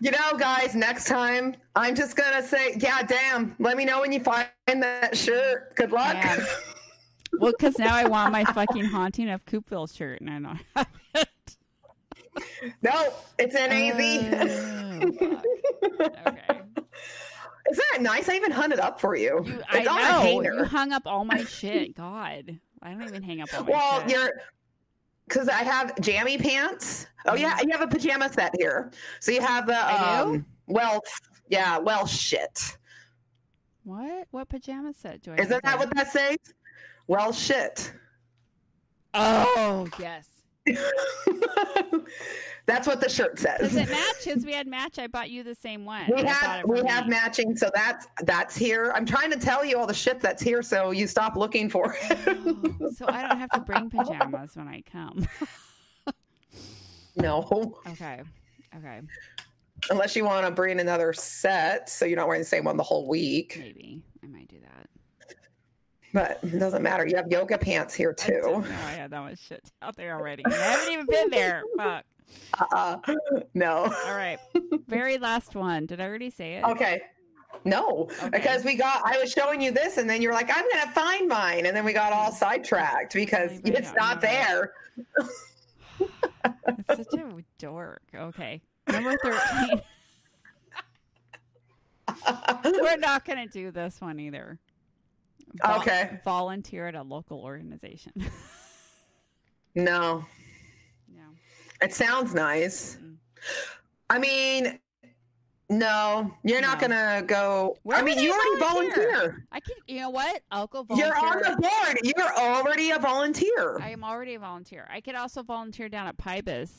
[SPEAKER 2] You know, guys, next time I'm just gonna say, yeah, damn. Let me know when you find that shirt. Good luck.
[SPEAKER 1] Man. Well, because now I want my fucking haunting of Coopville shirt, and I don't have it.
[SPEAKER 2] (laughs) no, it's an
[SPEAKER 1] Uh.
[SPEAKER 2] (laughs) AV.
[SPEAKER 1] Oh, fuck. okay.
[SPEAKER 2] Isn't that nice? I even hunted up for you.
[SPEAKER 1] You,
[SPEAKER 2] it's on
[SPEAKER 1] I know
[SPEAKER 2] a hanger.
[SPEAKER 1] you hung up all my shit. God, I don't even hang up all my
[SPEAKER 2] well,
[SPEAKER 1] shit.
[SPEAKER 2] you're because I have jammy pants. Oh yeah, you have a pajama set here. So you have the
[SPEAKER 1] Mm-hmm. I do?
[SPEAKER 2] um, well, yeah, well, shit.
[SPEAKER 1] what? What pajama set do I?
[SPEAKER 2] Isn't
[SPEAKER 1] have
[SPEAKER 2] that
[SPEAKER 1] there?
[SPEAKER 2] what that says? Well, shit. (laughs)
[SPEAKER 1] Oh yes.
[SPEAKER 2] That's what the shirt says.
[SPEAKER 1] Does it match? Since we had match, I bought you the same one.
[SPEAKER 2] we
[SPEAKER 1] I bought
[SPEAKER 2] have
[SPEAKER 1] it
[SPEAKER 2] we
[SPEAKER 1] from
[SPEAKER 2] have
[SPEAKER 1] you.
[SPEAKER 2] matching, so that's that's here. I'm trying to tell you all the shit that's here, so you stop looking for it. (laughs)
[SPEAKER 1] Oh, so I don't have to bring pajamas when I come.
[SPEAKER 2] no,
[SPEAKER 1] Okay. Okay.
[SPEAKER 2] unless you want to bring another set, so you're not wearing the same one the whole week.
[SPEAKER 1] Maybe I might do that.
[SPEAKER 2] But it doesn't matter. You have yoga pants here
[SPEAKER 1] I didn't
[SPEAKER 2] too.
[SPEAKER 1] know I had that much shit out there already. I haven't even been there. Fuck.
[SPEAKER 2] Uh,
[SPEAKER 1] (laughs)
[SPEAKER 2] no.
[SPEAKER 1] All right. Very last one. Did I already say it?
[SPEAKER 2] Okay. No,
[SPEAKER 1] Okay.
[SPEAKER 2] because we got. I was showing you this, and then you're like, "I'm gonna find mine," and then we got all sidetracked because
[SPEAKER 1] Maybe I
[SPEAKER 2] it's
[SPEAKER 1] don't
[SPEAKER 2] not
[SPEAKER 1] know.
[SPEAKER 2] there. (laughs)
[SPEAKER 1] It's such a dork. Okay. Number 13. (laughs) We're not going to do this one either. Vol-
[SPEAKER 2] Okay.
[SPEAKER 1] Volunteer at a local organization. (laughs)
[SPEAKER 2] no,
[SPEAKER 1] no.
[SPEAKER 2] it sounds nice.
[SPEAKER 1] Mm-mm.
[SPEAKER 2] I mean, no, you're not
[SPEAKER 1] No.
[SPEAKER 2] gonna go.
[SPEAKER 1] Where
[SPEAKER 2] I
[SPEAKER 1] would
[SPEAKER 2] mean,
[SPEAKER 1] I
[SPEAKER 2] you already
[SPEAKER 1] volunteer?
[SPEAKER 2] volunteer.
[SPEAKER 1] I can, you know what? I'll go volunteer.
[SPEAKER 2] You're on the board. You're already a volunteer.
[SPEAKER 1] I am already a volunteer. I could also volunteer down at Pybus.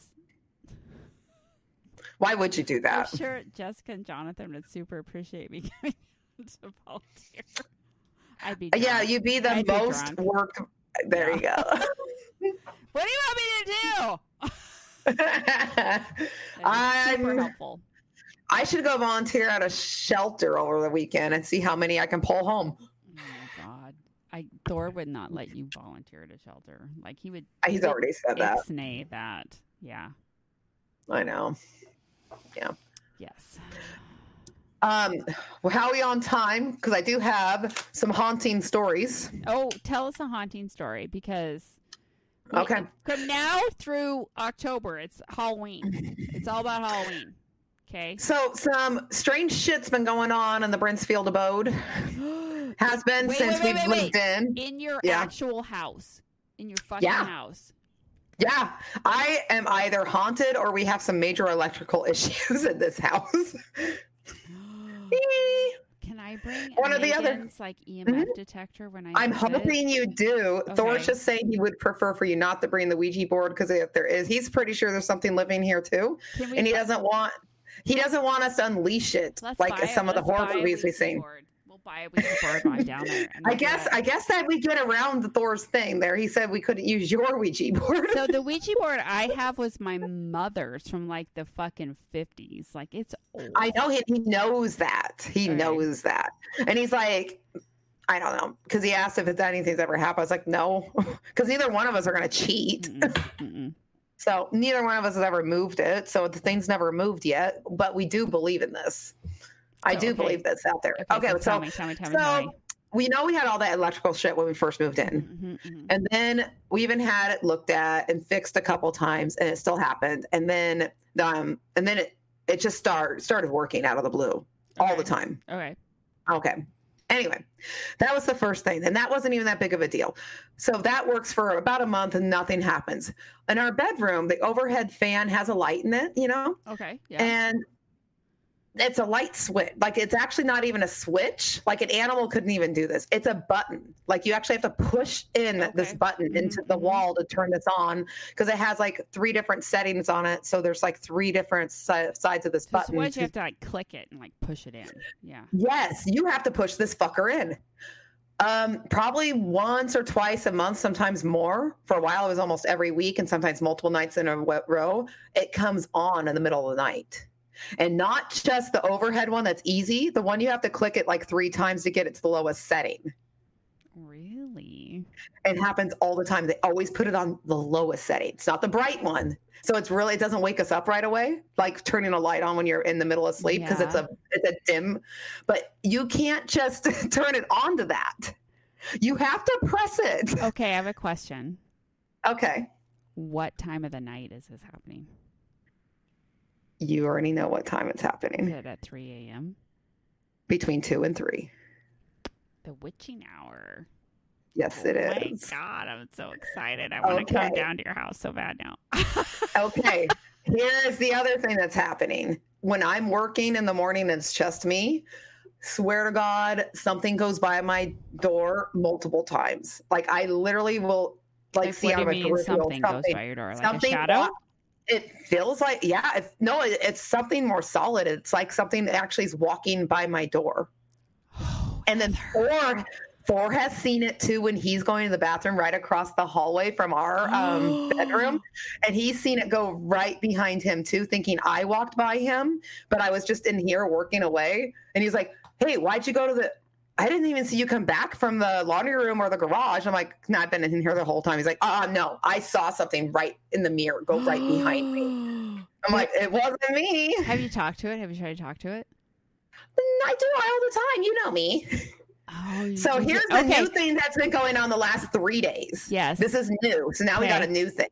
[SPEAKER 2] Why would you do
[SPEAKER 1] I'm
[SPEAKER 2] that?
[SPEAKER 1] sure Jessica and Jonathan would super appreciate me (laughs) coming to volunteer. I'd be
[SPEAKER 2] Yeah,
[SPEAKER 1] drunk.
[SPEAKER 2] you'd be the
[SPEAKER 1] I'd be
[SPEAKER 2] most
[SPEAKER 1] drunk.
[SPEAKER 2] work. There
[SPEAKER 1] What do you want me to
[SPEAKER 2] you
[SPEAKER 1] (laughs)
[SPEAKER 2] go. (laughs)
[SPEAKER 1] do? That'd be
[SPEAKER 2] I'm-
[SPEAKER 1] super helpful.
[SPEAKER 2] I should go volunteer at a shelter over the weekend and see how many I can pull home.
[SPEAKER 1] Oh my god. I Thor would not let you volunteer at a shelter. Like he would
[SPEAKER 2] Uh, He's already said that.
[SPEAKER 1] ixnay that. Yeah.
[SPEAKER 2] I know.
[SPEAKER 1] Yes.
[SPEAKER 2] Um, well, how are we on time? Because I do have some haunting stories.
[SPEAKER 1] Oh, tell us a haunting story because we-
[SPEAKER 2] Okay.
[SPEAKER 1] From now through October, it's Halloween. It's all about Halloween.
[SPEAKER 2] (gasps)
[SPEAKER 1] Okay.
[SPEAKER 2] So some strange shit's been going on in the Brinsfield abode. Has been
[SPEAKER 1] Wait,
[SPEAKER 2] since
[SPEAKER 1] wait, wait,
[SPEAKER 2] we've
[SPEAKER 1] wait,
[SPEAKER 2] moved in.
[SPEAKER 1] In your
[SPEAKER 2] Yeah.
[SPEAKER 1] actual house. In your fucking
[SPEAKER 2] Yeah. (gasps)
[SPEAKER 1] house.
[SPEAKER 2] Yeah, I am either haunted or we have some major electrical (laughs) issues in this house.
[SPEAKER 1] Can I bring
[SPEAKER 2] One or the other. Mm-hmm.
[SPEAKER 1] Megan's, like EMF detector when I
[SPEAKER 2] I'm
[SPEAKER 1] visit?
[SPEAKER 2] hoping you do. Thor's
[SPEAKER 1] Okay.
[SPEAKER 2] just saying he would prefer for you not to bring the Ouija board because if there is, he's pretty sure there's something living here too,
[SPEAKER 1] Can we
[SPEAKER 2] and he doesn't want he doesn't want us to unleash it
[SPEAKER 1] Let's buy
[SPEAKER 2] like
[SPEAKER 1] a-
[SPEAKER 2] some of the
[SPEAKER 1] let's
[SPEAKER 2] horror
[SPEAKER 1] buy a
[SPEAKER 2] movies we've
[SPEAKER 1] Ouija
[SPEAKER 2] seen.
[SPEAKER 1] board. We'll buy a Ouija board when I'm down
[SPEAKER 2] (laughs)
[SPEAKER 1] there. and
[SPEAKER 2] I
[SPEAKER 1] we'll
[SPEAKER 2] guess
[SPEAKER 1] do
[SPEAKER 2] I
[SPEAKER 1] it.
[SPEAKER 2] guess that we get around the Thor's thing there. He said we couldn't use your Ouija (laughs) board.
[SPEAKER 1] So the Ouija board I have was my mother's from like the fucking fifties. Like it's old.
[SPEAKER 2] I know he, he knows that. He
[SPEAKER 1] All right.
[SPEAKER 2] knows that. And he's like, I don't know. Because he asked if it's anything's ever happened. I was like, no. (laughs) Because neither one of us are going to cheat.
[SPEAKER 1] Mm-mm,
[SPEAKER 2] (laughs)
[SPEAKER 1] mm-mm.
[SPEAKER 2] So neither one of us has ever moved it. So the thing's never moved yet. But we do believe in this. I
[SPEAKER 1] So,
[SPEAKER 2] do
[SPEAKER 1] okay.
[SPEAKER 2] believe that's out there.
[SPEAKER 1] Okay,
[SPEAKER 2] Okay.
[SPEAKER 1] so, tell
[SPEAKER 2] so
[SPEAKER 1] me, tell me, tell me, tell
[SPEAKER 2] so
[SPEAKER 1] me.
[SPEAKER 2] we know we had all that electrical shit when we first moved in.
[SPEAKER 1] Mhm, mhm.
[SPEAKER 2] And then we even had it looked at and fixed a couple times, and it still happened. And then, um, and then it it just started started working out of the blue all the
[SPEAKER 1] Okay,
[SPEAKER 2] time.
[SPEAKER 1] Okay.
[SPEAKER 2] Okay. Anyway, that was the first thing, and that wasn't even that big of a deal. So that works for about a month, and nothing happens. In our bedroom, the overhead fan has a light in it, you know,
[SPEAKER 1] Okay. Yeah.
[SPEAKER 2] and it's a light switch. Like it's actually not even a switch. Like an animal couldn't even do this. It's a button. Like you actually have to push in this
[SPEAKER 1] Okay.
[SPEAKER 2] button into the
[SPEAKER 1] Mhm, mhm.
[SPEAKER 2] wall to turn this on because it has like three different settings on it. So there's like three different si- sides of this
[SPEAKER 1] so
[SPEAKER 2] button.
[SPEAKER 1] switch,
[SPEAKER 2] to
[SPEAKER 1] you have to like click it and like push it in. Yeah.
[SPEAKER 2] Yes, you have to push this fucker in. Um, probably once or twice a month, sometimes more. For a while, it was almost every week, and sometimes multiple nights in a w- row. It comes on in the middle of the night, and not just the overhead one that's easy. The one you have to click it like three times to get it to the lowest setting.
[SPEAKER 1] Really?
[SPEAKER 2] It happens all the time. They always put it on the lowest setting. It's not the bright one, so it's really it doesn't wake us up right away. Like turning a light on when you're in the middle of sleep because it's
[SPEAKER 1] Yeah.
[SPEAKER 2] a it's a dim. But you can't just (laughs) turn it on to that. You have to press it.
[SPEAKER 1] Okay, I have a question.
[SPEAKER 2] Okay.
[SPEAKER 1] What time of the night is this happening?
[SPEAKER 2] You already know what time it's
[SPEAKER 1] Is
[SPEAKER 2] happening
[SPEAKER 1] it at 3 a.m.?
[SPEAKER 2] between two and three.
[SPEAKER 1] The witching hour.
[SPEAKER 2] Yes, it
[SPEAKER 1] oh
[SPEAKER 2] is.
[SPEAKER 1] my God, I'm so excited. I want to come
[SPEAKER 2] Okay.
[SPEAKER 1] down to your house so bad now.
[SPEAKER 2] Okay. (laughs) Here's the other thing that's happening. When I'm working in the morning, and it's just me. Swear to God, something goes by my door multiple times. Like I literally will like, see
[SPEAKER 1] what
[SPEAKER 2] out
[SPEAKER 1] do
[SPEAKER 2] of
[SPEAKER 1] you
[SPEAKER 2] a
[SPEAKER 1] mean
[SPEAKER 2] peripheral
[SPEAKER 1] something goes by your door? Like a shadow?
[SPEAKER 2] wa- It feels like yeah. It, no, it, it's something more solid. It's like something that actually is walking by my door.
[SPEAKER 1] (gasps) Oh,
[SPEAKER 2] And then
[SPEAKER 1] Heather.
[SPEAKER 2] Thor, Thor has seen it too when he's going to the bathroom right across the hallway from our um, bedroom, and he's seen it go right behind him too, thinking I walked by him, but I was just in here working away. And he's like, "Hey, why'd you go to the?" I didn't even see you come back from the laundry room or the garage. I'm like, no, I've been in here the whole time. He's like, uh, no, I saw something right in the mirror go
[SPEAKER 1] (gasps)
[SPEAKER 2] right behind me. I'm like, it wasn't me.
[SPEAKER 1] Have you talked to it? Have you tried to talk to it?
[SPEAKER 2] I do it all the time. You know me.
[SPEAKER 1] Oh, you
[SPEAKER 2] So
[SPEAKER 1] do-
[SPEAKER 2] here's the
[SPEAKER 1] okay.
[SPEAKER 2] new thing that's been going on the last three days.
[SPEAKER 1] Yes.
[SPEAKER 2] This is new. So now we got a
[SPEAKER 1] Okay.
[SPEAKER 2] new thing.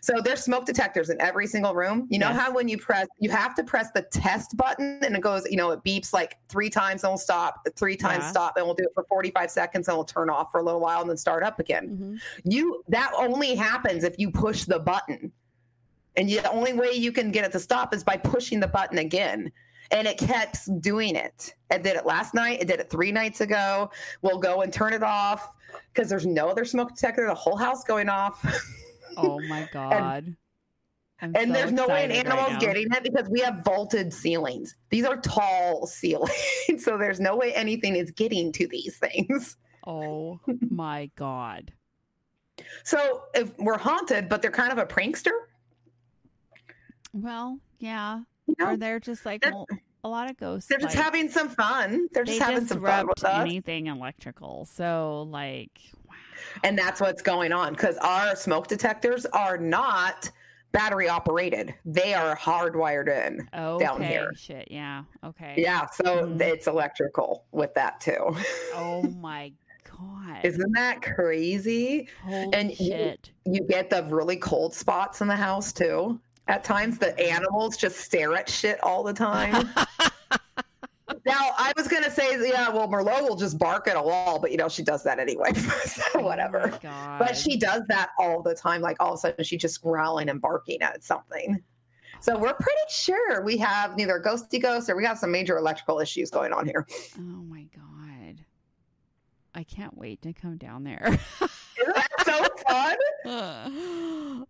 [SPEAKER 2] So there's smoke detectors in every single room. You know
[SPEAKER 1] Yes.
[SPEAKER 2] how when you press, you have to press the test button and it goes, you know, it beeps like three times and we'll stop, three times
[SPEAKER 1] Yeah.
[SPEAKER 2] stop, and we'll do it for 45 seconds and we'll turn off for a little while and then start up again.
[SPEAKER 1] Mhm.
[SPEAKER 2] You that only happens if you push the button. And you, the only way you can get it to stop is by pushing the button again. And it keeps doing it. It did it last night. It did it three nights ago. We'll go and turn it off because there's no other smoke detector. The whole house going off, (laughs)
[SPEAKER 1] Oh my god. I'm
[SPEAKER 2] and
[SPEAKER 1] so
[SPEAKER 2] there's no way an
[SPEAKER 1] excited right
[SPEAKER 2] animal's
[SPEAKER 1] now.
[SPEAKER 2] getting it because we have vaulted ceilings. These are tall (laughs) ceilings, so there's no way anything is getting to these things. (laughs)
[SPEAKER 1] Oh my god.
[SPEAKER 2] So if we're haunted, but they're kind of a prankster.
[SPEAKER 1] Well, yeah.
[SPEAKER 2] You know?
[SPEAKER 1] Or they're just like
[SPEAKER 2] They're-
[SPEAKER 1] well, a lot of ghosts.
[SPEAKER 2] They're just
[SPEAKER 1] like,
[SPEAKER 2] having some fun. They're
[SPEAKER 1] they
[SPEAKER 2] just having some fun
[SPEAKER 1] disrupt
[SPEAKER 2] with us.
[SPEAKER 1] anything electrical. So like wow.
[SPEAKER 2] and that's what's going on because our smoke detectors are not battery operated. They are hardwired in.
[SPEAKER 1] Okay.
[SPEAKER 2] here.
[SPEAKER 1] Shit. Yeah. Okay.
[SPEAKER 2] Yeah, so
[SPEAKER 1] Mhm.
[SPEAKER 2] it's electrical with that too. (laughs)
[SPEAKER 1] Oh my god.
[SPEAKER 2] Isn't that crazy?
[SPEAKER 1] Holy
[SPEAKER 2] and you-
[SPEAKER 1] shit.
[SPEAKER 2] You get the really cold spots in the house too. At times, the animals just stare at shit all
[SPEAKER 1] (laughs)
[SPEAKER 2] the time. now, I was gonna say, yeah, well, Merlot will just bark at a wall, but you know she does that anyway. (laughs) so
[SPEAKER 1] Oh
[SPEAKER 2] whatever.
[SPEAKER 1] my god.
[SPEAKER 2] But she does that all the time. Like all of a sudden, she's just growling and barking at something. So we're pretty sure we have neither ghosty ghosts or we have some major electrical issues going on here. (laughs)
[SPEAKER 1] Oh my god. I can't wait to come down there. (laughs)
[SPEAKER 2] Isn't that so fun?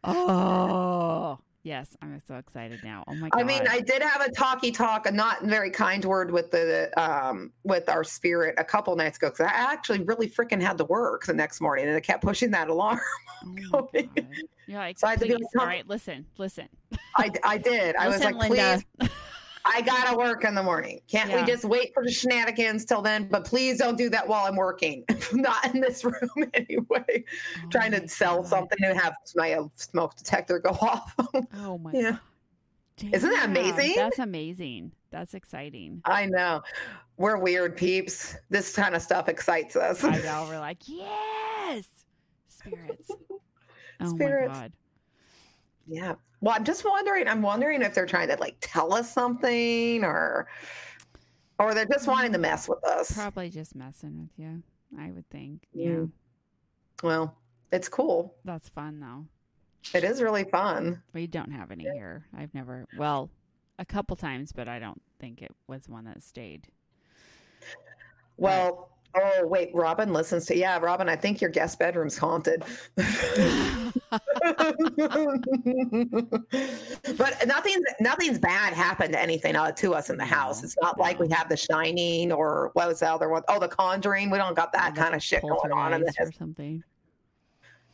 [SPEAKER 1] oh yes, I'm so excited now. Oh my god.
[SPEAKER 2] I mean, I did have a talky talk, a not very kind word with the um with our spirit a couple nights ago because I actually really freaking had to work the next morning and I kept pushing that alarm. (laughs)
[SPEAKER 1] oh my
[SPEAKER 2] going.
[SPEAKER 1] god. You're
[SPEAKER 2] (laughs)
[SPEAKER 1] like,
[SPEAKER 2] So I had to be
[SPEAKER 1] please,
[SPEAKER 2] like,
[SPEAKER 1] all
[SPEAKER 2] "Come."
[SPEAKER 1] right, listen, listen.
[SPEAKER 2] I, I did. I was
[SPEAKER 1] listen,
[SPEAKER 2] like,
[SPEAKER 1] Linda.
[SPEAKER 2] please, I gotta work in the morning. Can't
[SPEAKER 1] Yeah.
[SPEAKER 2] we just wait for the shenanigans till then? But please don't do that while I'm working. (laughs) not in this room (laughs) anyway.
[SPEAKER 1] Oh
[SPEAKER 2] Trying
[SPEAKER 1] my
[SPEAKER 2] to sell
[SPEAKER 1] God.
[SPEAKER 2] something and have my smoke detector go (laughs) off.
[SPEAKER 1] Oh my
[SPEAKER 2] Yeah.
[SPEAKER 1] god.
[SPEAKER 2] Isn't that
[SPEAKER 1] Damn,
[SPEAKER 2] amazing?
[SPEAKER 1] That's amazing. That's exciting.
[SPEAKER 2] I know. We're weird peeps. This kind of stuff excites us. (laughs)
[SPEAKER 1] I know. We're like, yes, spirits. Oh
[SPEAKER 2] Spirits.
[SPEAKER 1] my god.
[SPEAKER 2] yeah. Well, I'm just wondering. I'm wondering if they're trying to like tell us something or or they're just wanting to mess with us.
[SPEAKER 1] Probably just messing with you. I would think.
[SPEAKER 2] Yeah.
[SPEAKER 1] yeah.
[SPEAKER 2] Well, it's cool.
[SPEAKER 1] That's fun though.
[SPEAKER 2] It is really fun.
[SPEAKER 1] We don't have any here. I've never, well, a
[SPEAKER 2] (laughs)
[SPEAKER 1] couple times, but I don't think it was one that stayed.
[SPEAKER 2] Well, Oh wait, Robin listens to yeah, Robin. I think your guest bedroom's haunted. but nothing's nothing's bad happened to anything uh, to us in the house. It's not like we have The Shining or what was the other one? Oh, The Conjuring. We don't got that kind of shit going on in
[SPEAKER 1] Poltergeist
[SPEAKER 2] this.
[SPEAKER 1] or something.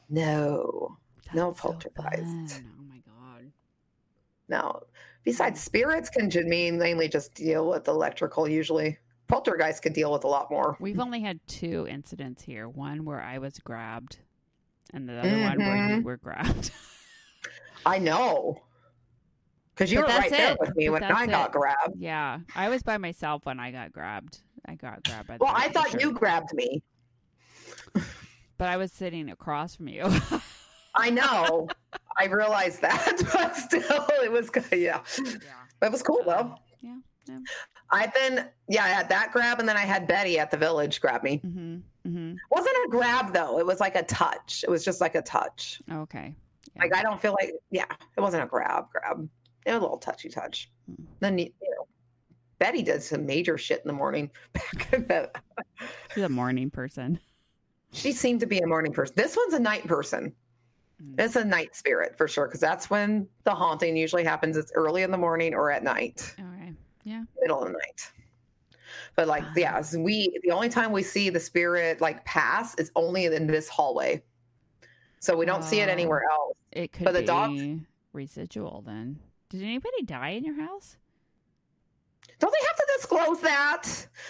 [SPEAKER 2] No, No
[SPEAKER 1] That's so
[SPEAKER 2] poltergeist.
[SPEAKER 1] fun. oh my god.
[SPEAKER 2] no.
[SPEAKER 1] Mm.
[SPEAKER 2] Besides, spirits can ju- mean mainly just deal with electrical. Usually, poltergeists can deal with a lot more.
[SPEAKER 1] We've only had two incidents here. One where I was grabbed, and the other one where you
[SPEAKER 2] Mhm.
[SPEAKER 1] were grabbed.
[SPEAKER 2] I know. Because you
[SPEAKER 1] But
[SPEAKER 2] were
[SPEAKER 1] that's
[SPEAKER 2] right there
[SPEAKER 1] it.
[SPEAKER 2] with me
[SPEAKER 1] But
[SPEAKER 2] when
[SPEAKER 1] that's
[SPEAKER 2] I got
[SPEAKER 1] it.
[SPEAKER 2] grabbed.
[SPEAKER 1] yeah, I was by myself when I got grabbed. I got grabbed by. The
[SPEAKER 2] Well, I
[SPEAKER 1] lady,
[SPEAKER 2] thought
[SPEAKER 1] sure.
[SPEAKER 2] you grabbed me.
[SPEAKER 1] But I was sitting across from you.
[SPEAKER 2] I know. I realized that, (laughs) but still, it was good. Yeah,
[SPEAKER 1] (laughs)
[SPEAKER 2] Oh, it was cool though.
[SPEAKER 1] Yeah, yeah.
[SPEAKER 2] I've been, yeah, I had that grab, and then I had Betty at the village grab me.
[SPEAKER 1] Mm-hmm. Mm-hmm.
[SPEAKER 2] Wasn't a grab though; it was like a touch. It was just like a touch.
[SPEAKER 1] Okay. Yeah.
[SPEAKER 2] Like I don't feel like, yeah, it wasn't a grab, grab. It was a little touchy touch.
[SPEAKER 1] Mm.
[SPEAKER 2] Then you know, Betty did some major shit in the morning. (laughs) Back in the,
[SPEAKER 1] She's a morning person.
[SPEAKER 2] she seemed to be a morning person. This one's a night person.
[SPEAKER 1] Mm.
[SPEAKER 2] It's a night spirit for sure, because that's when the haunting usually happens. It's early in the morning or at night,
[SPEAKER 1] Okay.
[SPEAKER 2] middle of the night. But like, yeah, as we the only time we see the spirit like pass is only in this hallway. So we don't see it
[SPEAKER 1] Oh.
[SPEAKER 2] anywhere else.
[SPEAKER 1] It could
[SPEAKER 2] But the
[SPEAKER 1] be
[SPEAKER 2] dog-
[SPEAKER 1] residual then. Did anybody die in your house?
[SPEAKER 2] Don't they have to disclose that?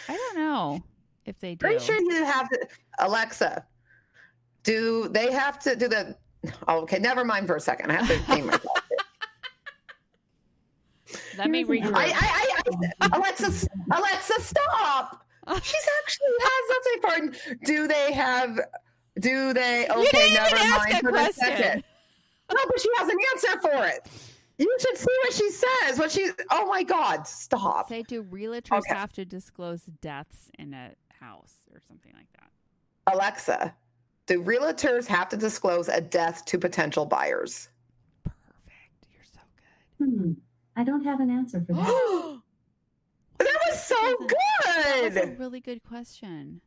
[SPEAKER 1] I don't know if they do.
[SPEAKER 2] Pretty sure you have to, Alexa. Do they have to do the? Oh, okay, never mind for a second. I have to think myself.
[SPEAKER 1] Let me
[SPEAKER 3] Here's
[SPEAKER 1] regroup.
[SPEAKER 3] an
[SPEAKER 2] I, I, I, I, Alexa, s- Alexa, stop! She's actually has such a pardon. Do they have? Do they? Okay,
[SPEAKER 1] you didn't
[SPEAKER 2] never
[SPEAKER 1] even
[SPEAKER 2] mind
[SPEAKER 1] ask a
[SPEAKER 2] for the second.
[SPEAKER 1] question.
[SPEAKER 2] No, but she has an answer for it. You should see what she says. What she? Oh my God! Stop.
[SPEAKER 1] Say, do realtors
[SPEAKER 2] uh, Okay.
[SPEAKER 1] have to disclose deaths in a house or something like that?
[SPEAKER 2] Alexa, do realtors have to disclose a death to potential buyers? (gasps)
[SPEAKER 1] Perfect. You're so good.
[SPEAKER 3] Hmm. I don't have an answer for
[SPEAKER 1] (gasps)
[SPEAKER 3] that.
[SPEAKER 2] That was so
[SPEAKER 1] That was a
[SPEAKER 2] good.
[SPEAKER 1] really good question.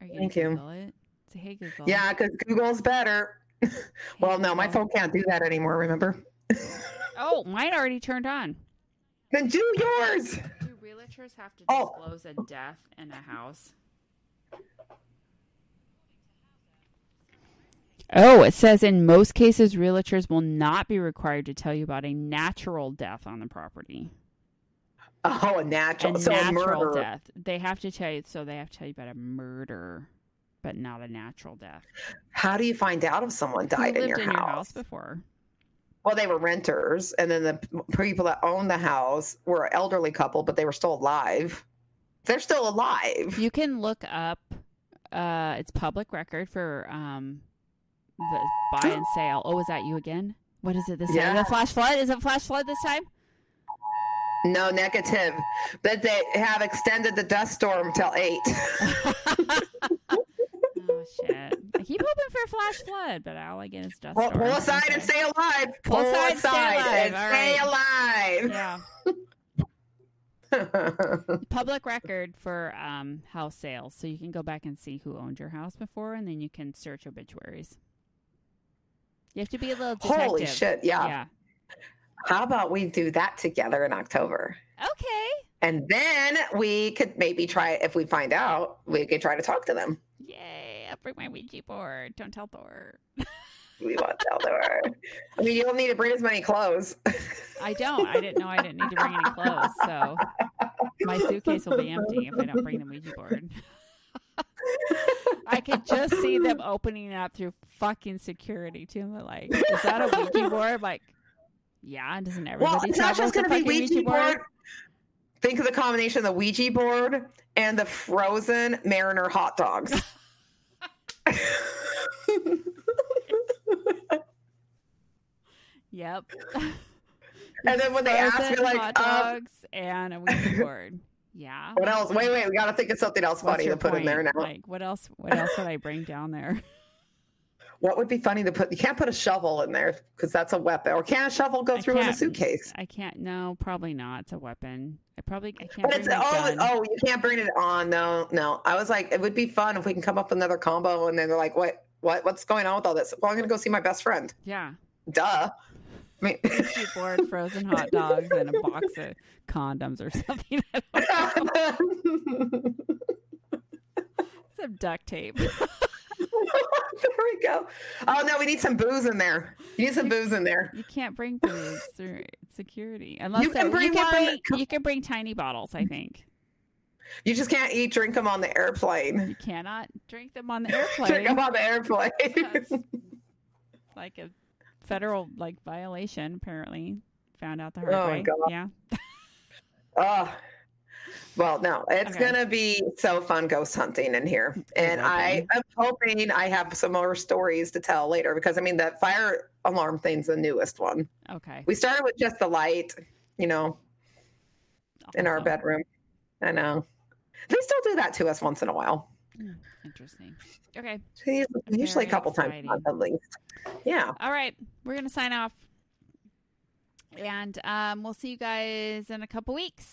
[SPEAKER 1] Are you
[SPEAKER 2] Thank
[SPEAKER 1] gonna
[SPEAKER 2] you.
[SPEAKER 1] Google it? Say, hey Google.
[SPEAKER 2] Yeah, because Google's better.
[SPEAKER 1] Hey,
[SPEAKER 2] Well, no, my
[SPEAKER 1] Google.
[SPEAKER 2] phone can't do that anymore. Remember?
[SPEAKER 1] Oh, mine already turned on.
[SPEAKER 2] Then do yours.
[SPEAKER 1] Do realtors have to
[SPEAKER 2] Oh.
[SPEAKER 1] disclose a death in a house? Oh, it says in most cases, realtors will not be required to tell you about a natural death on the property.
[SPEAKER 2] Oh, a
[SPEAKER 1] A
[SPEAKER 2] natural. so a
[SPEAKER 1] natural
[SPEAKER 2] murder.
[SPEAKER 1] death. They have to tell you, so they have to tell you about a murder, but not a natural death.
[SPEAKER 2] How do you find out if someone
[SPEAKER 1] Who
[SPEAKER 2] died
[SPEAKER 1] lived
[SPEAKER 2] in, your,
[SPEAKER 1] in
[SPEAKER 2] house?
[SPEAKER 1] your house before?
[SPEAKER 2] Well, they were renters, and then the p- people that owned the house were an elderly couple, but they were still alive. They're still alive.
[SPEAKER 1] You can look up. Uh, it's public record for um, the buy
[SPEAKER 2] (gasps)
[SPEAKER 1] and sale. Oh, is that you again? What is it this time? The
[SPEAKER 2] Yes.
[SPEAKER 1] flash flood? Is it flash flood this time?
[SPEAKER 2] No negative, but they have extended the dust storm till eight.
[SPEAKER 1] Oh shit! I keep hoping for flash flood, but all I get is dust.
[SPEAKER 2] Pull, pull
[SPEAKER 1] storms.
[SPEAKER 2] aside and
[SPEAKER 1] Okay.
[SPEAKER 2] stay alive.
[SPEAKER 1] Pull
[SPEAKER 2] Pull
[SPEAKER 1] aside
[SPEAKER 2] aside,
[SPEAKER 1] and stay
[SPEAKER 2] and
[SPEAKER 1] alive.
[SPEAKER 2] stay
[SPEAKER 1] All
[SPEAKER 2] alive.
[SPEAKER 1] Yeah, public record for um house sales, so you can go back and see who owned your house before, and then you can search obituaries. You have to be a little detective.
[SPEAKER 2] (laughs) Holy shit. Yeah.
[SPEAKER 1] Yeah.
[SPEAKER 2] How about we do that together in October?
[SPEAKER 1] Okay.
[SPEAKER 2] And then we could maybe try, if we find out, we could try to talk to them.
[SPEAKER 1] Yay! I'll bring my Ouija board. Don't tell Thor.
[SPEAKER 2] We want to tell them. I mean, you don't need to bring as many clothes.
[SPEAKER 1] I don't. I didn't know I didn't need to bring any clothes, so
[SPEAKER 2] (laughs)
[SPEAKER 1] my suitcase will be empty if I don't bring the Ouija board. I could just see them opening it up through fucking security too. and They're like, "Is that a
[SPEAKER 2] (laughs)
[SPEAKER 1] Ouija board?" I'm like, yeah. and Doesn't everybody
[SPEAKER 2] well, it's
[SPEAKER 1] travel
[SPEAKER 2] not just
[SPEAKER 1] with
[SPEAKER 2] going
[SPEAKER 1] a
[SPEAKER 2] to be
[SPEAKER 1] fucking
[SPEAKER 2] Ouija, board. Think of the combination of the Ouija board and the frozen Mariner hot dogs.
[SPEAKER 1] (laughs) Yep.
[SPEAKER 2] (laughs) And then when they ask,
[SPEAKER 1] Frozen
[SPEAKER 2] you're like,
[SPEAKER 1] hot
[SPEAKER 2] um,
[SPEAKER 1] dogs and a Ouija board.
[SPEAKER 2] (laughs)
[SPEAKER 1] Yeah.
[SPEAKER 2] what else? Wait, wait, we got to think of something else
[SPEAKER 1] What's
[SPEAKER 2] funny
[SPEAKER 1] your
[SPEAKER 2] to put in there
[SPEAKER 1] point?
[SPEAKER 2] now.
[SPEAKER 1] Like, what else? What else would I bring down there?
[SPEAKER 2] What would be funny to put? You can't put a shovel in there because that's a weapon. Or can a shovel go
[SPEAKER 1] I
[SPEAKER 2] through in a
[SPEAKER 1] can't-
[SPEAKER 2] suitcase?
[SPEAKER 1] I can't. No, probably not. It's a weapon. I probably I can't.
[SPEAKER 2] But it's
[SPEAKER 1] bring my
[SPEAKER 2] oh,
[SPEAKER 1] gun.
[SPEAKER 2] oh, you can't bring it on. No, no. I was like, it would be fun if we can come up with another combo. And then they're like, what, what, what's going on with all this? Well, I'm gonna go see my best friend.
[SPEAKER 1] yeah.
[SPEAKER 2] Duh. I mean, (laughs)
[SPEAKER 1] She bored frozen hot dogs and a box of condoms or (laughs) something.
[SPEAKER 2] there
[SPEAKER 1] Some duct tape.
[SPEAKER 2] we go. Oh no, we need some booze in there. You need some booze in there.
[SPEAKER 1] You can't bring booze through security unless
[SPEAKER 2] You can
[SPEAKER 1] they-
[SPEAKER 2] bring
[SPEAKER 1] you can
[SPEAKER 2] one-
[SPEAKER 1] bring, you can bring tiny bottles. I think
[SPEAKER 2] You just can't eat, drink them on the airplane.
[SPEAKER 1] you cannot drink them on the
[SPEAKER 2] (laughs) Drink
[SPEAKER 1] airplane.
[SPEAKER 2] them on the airplane.
[SPEAKER 1] That's like a federal like violation. Apparently, found out the hard
[SPEAKER 2] Oh, my
[SPEAKER 1] way.
[SPEAKER 2] God.
[SPEAKER 1] Yeah.
[SPEAKER 2] Oh, well, no, it's
[SPEAKER 1] Okay.
[SPEAKER 2] gonna be so fun ghost hunting in here, and
[SPEAKER 1] will
[SPEAKER 2] I am hoping I have some more stories to tell later because I mean that fire alarm thing's the newest one.
[SPEAKER 1] Okay.
[SPEAKER 2] We started with just the light, you know, in our
[SPEAKER 1] Awesome.
[SPEAKER 2] bedroom. I know they still do that to us once in a while,
[SPEAKER 1] Interesting. Okay.
[SPEAKER 2] Usually- usually
[SPEAKER 1] Very
[SPEAKER 2] a couple times a month at least. Yeah,
[SPEAKER 1] All right. We're gonna sign off, and um, we'll see you guys in a couple weeks.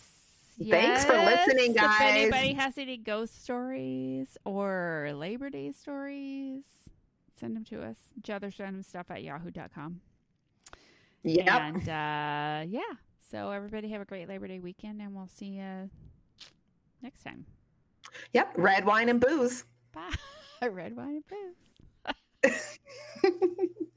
[SPEAKER 2] Thanks for listening,
[SPEAKER 1] If
[SPEAKER 2] guys.
[SPEAKER 1] anybody has any ghost stories or Labor Day stories, send them to us. Jother send them stuff at yahoo.com.
[SPEAKER 2] yep.
[SPEAKER 1] And uh, yeah. So everybody have a great Labor Day weekend, and we'll see you next time.
[SPEAKER 2] Yep,
[SPEAKER 1] (laughs)
[SPEAKER 2] red wine and booze.
[SPEAKER 1] Bye. Red wine and booze.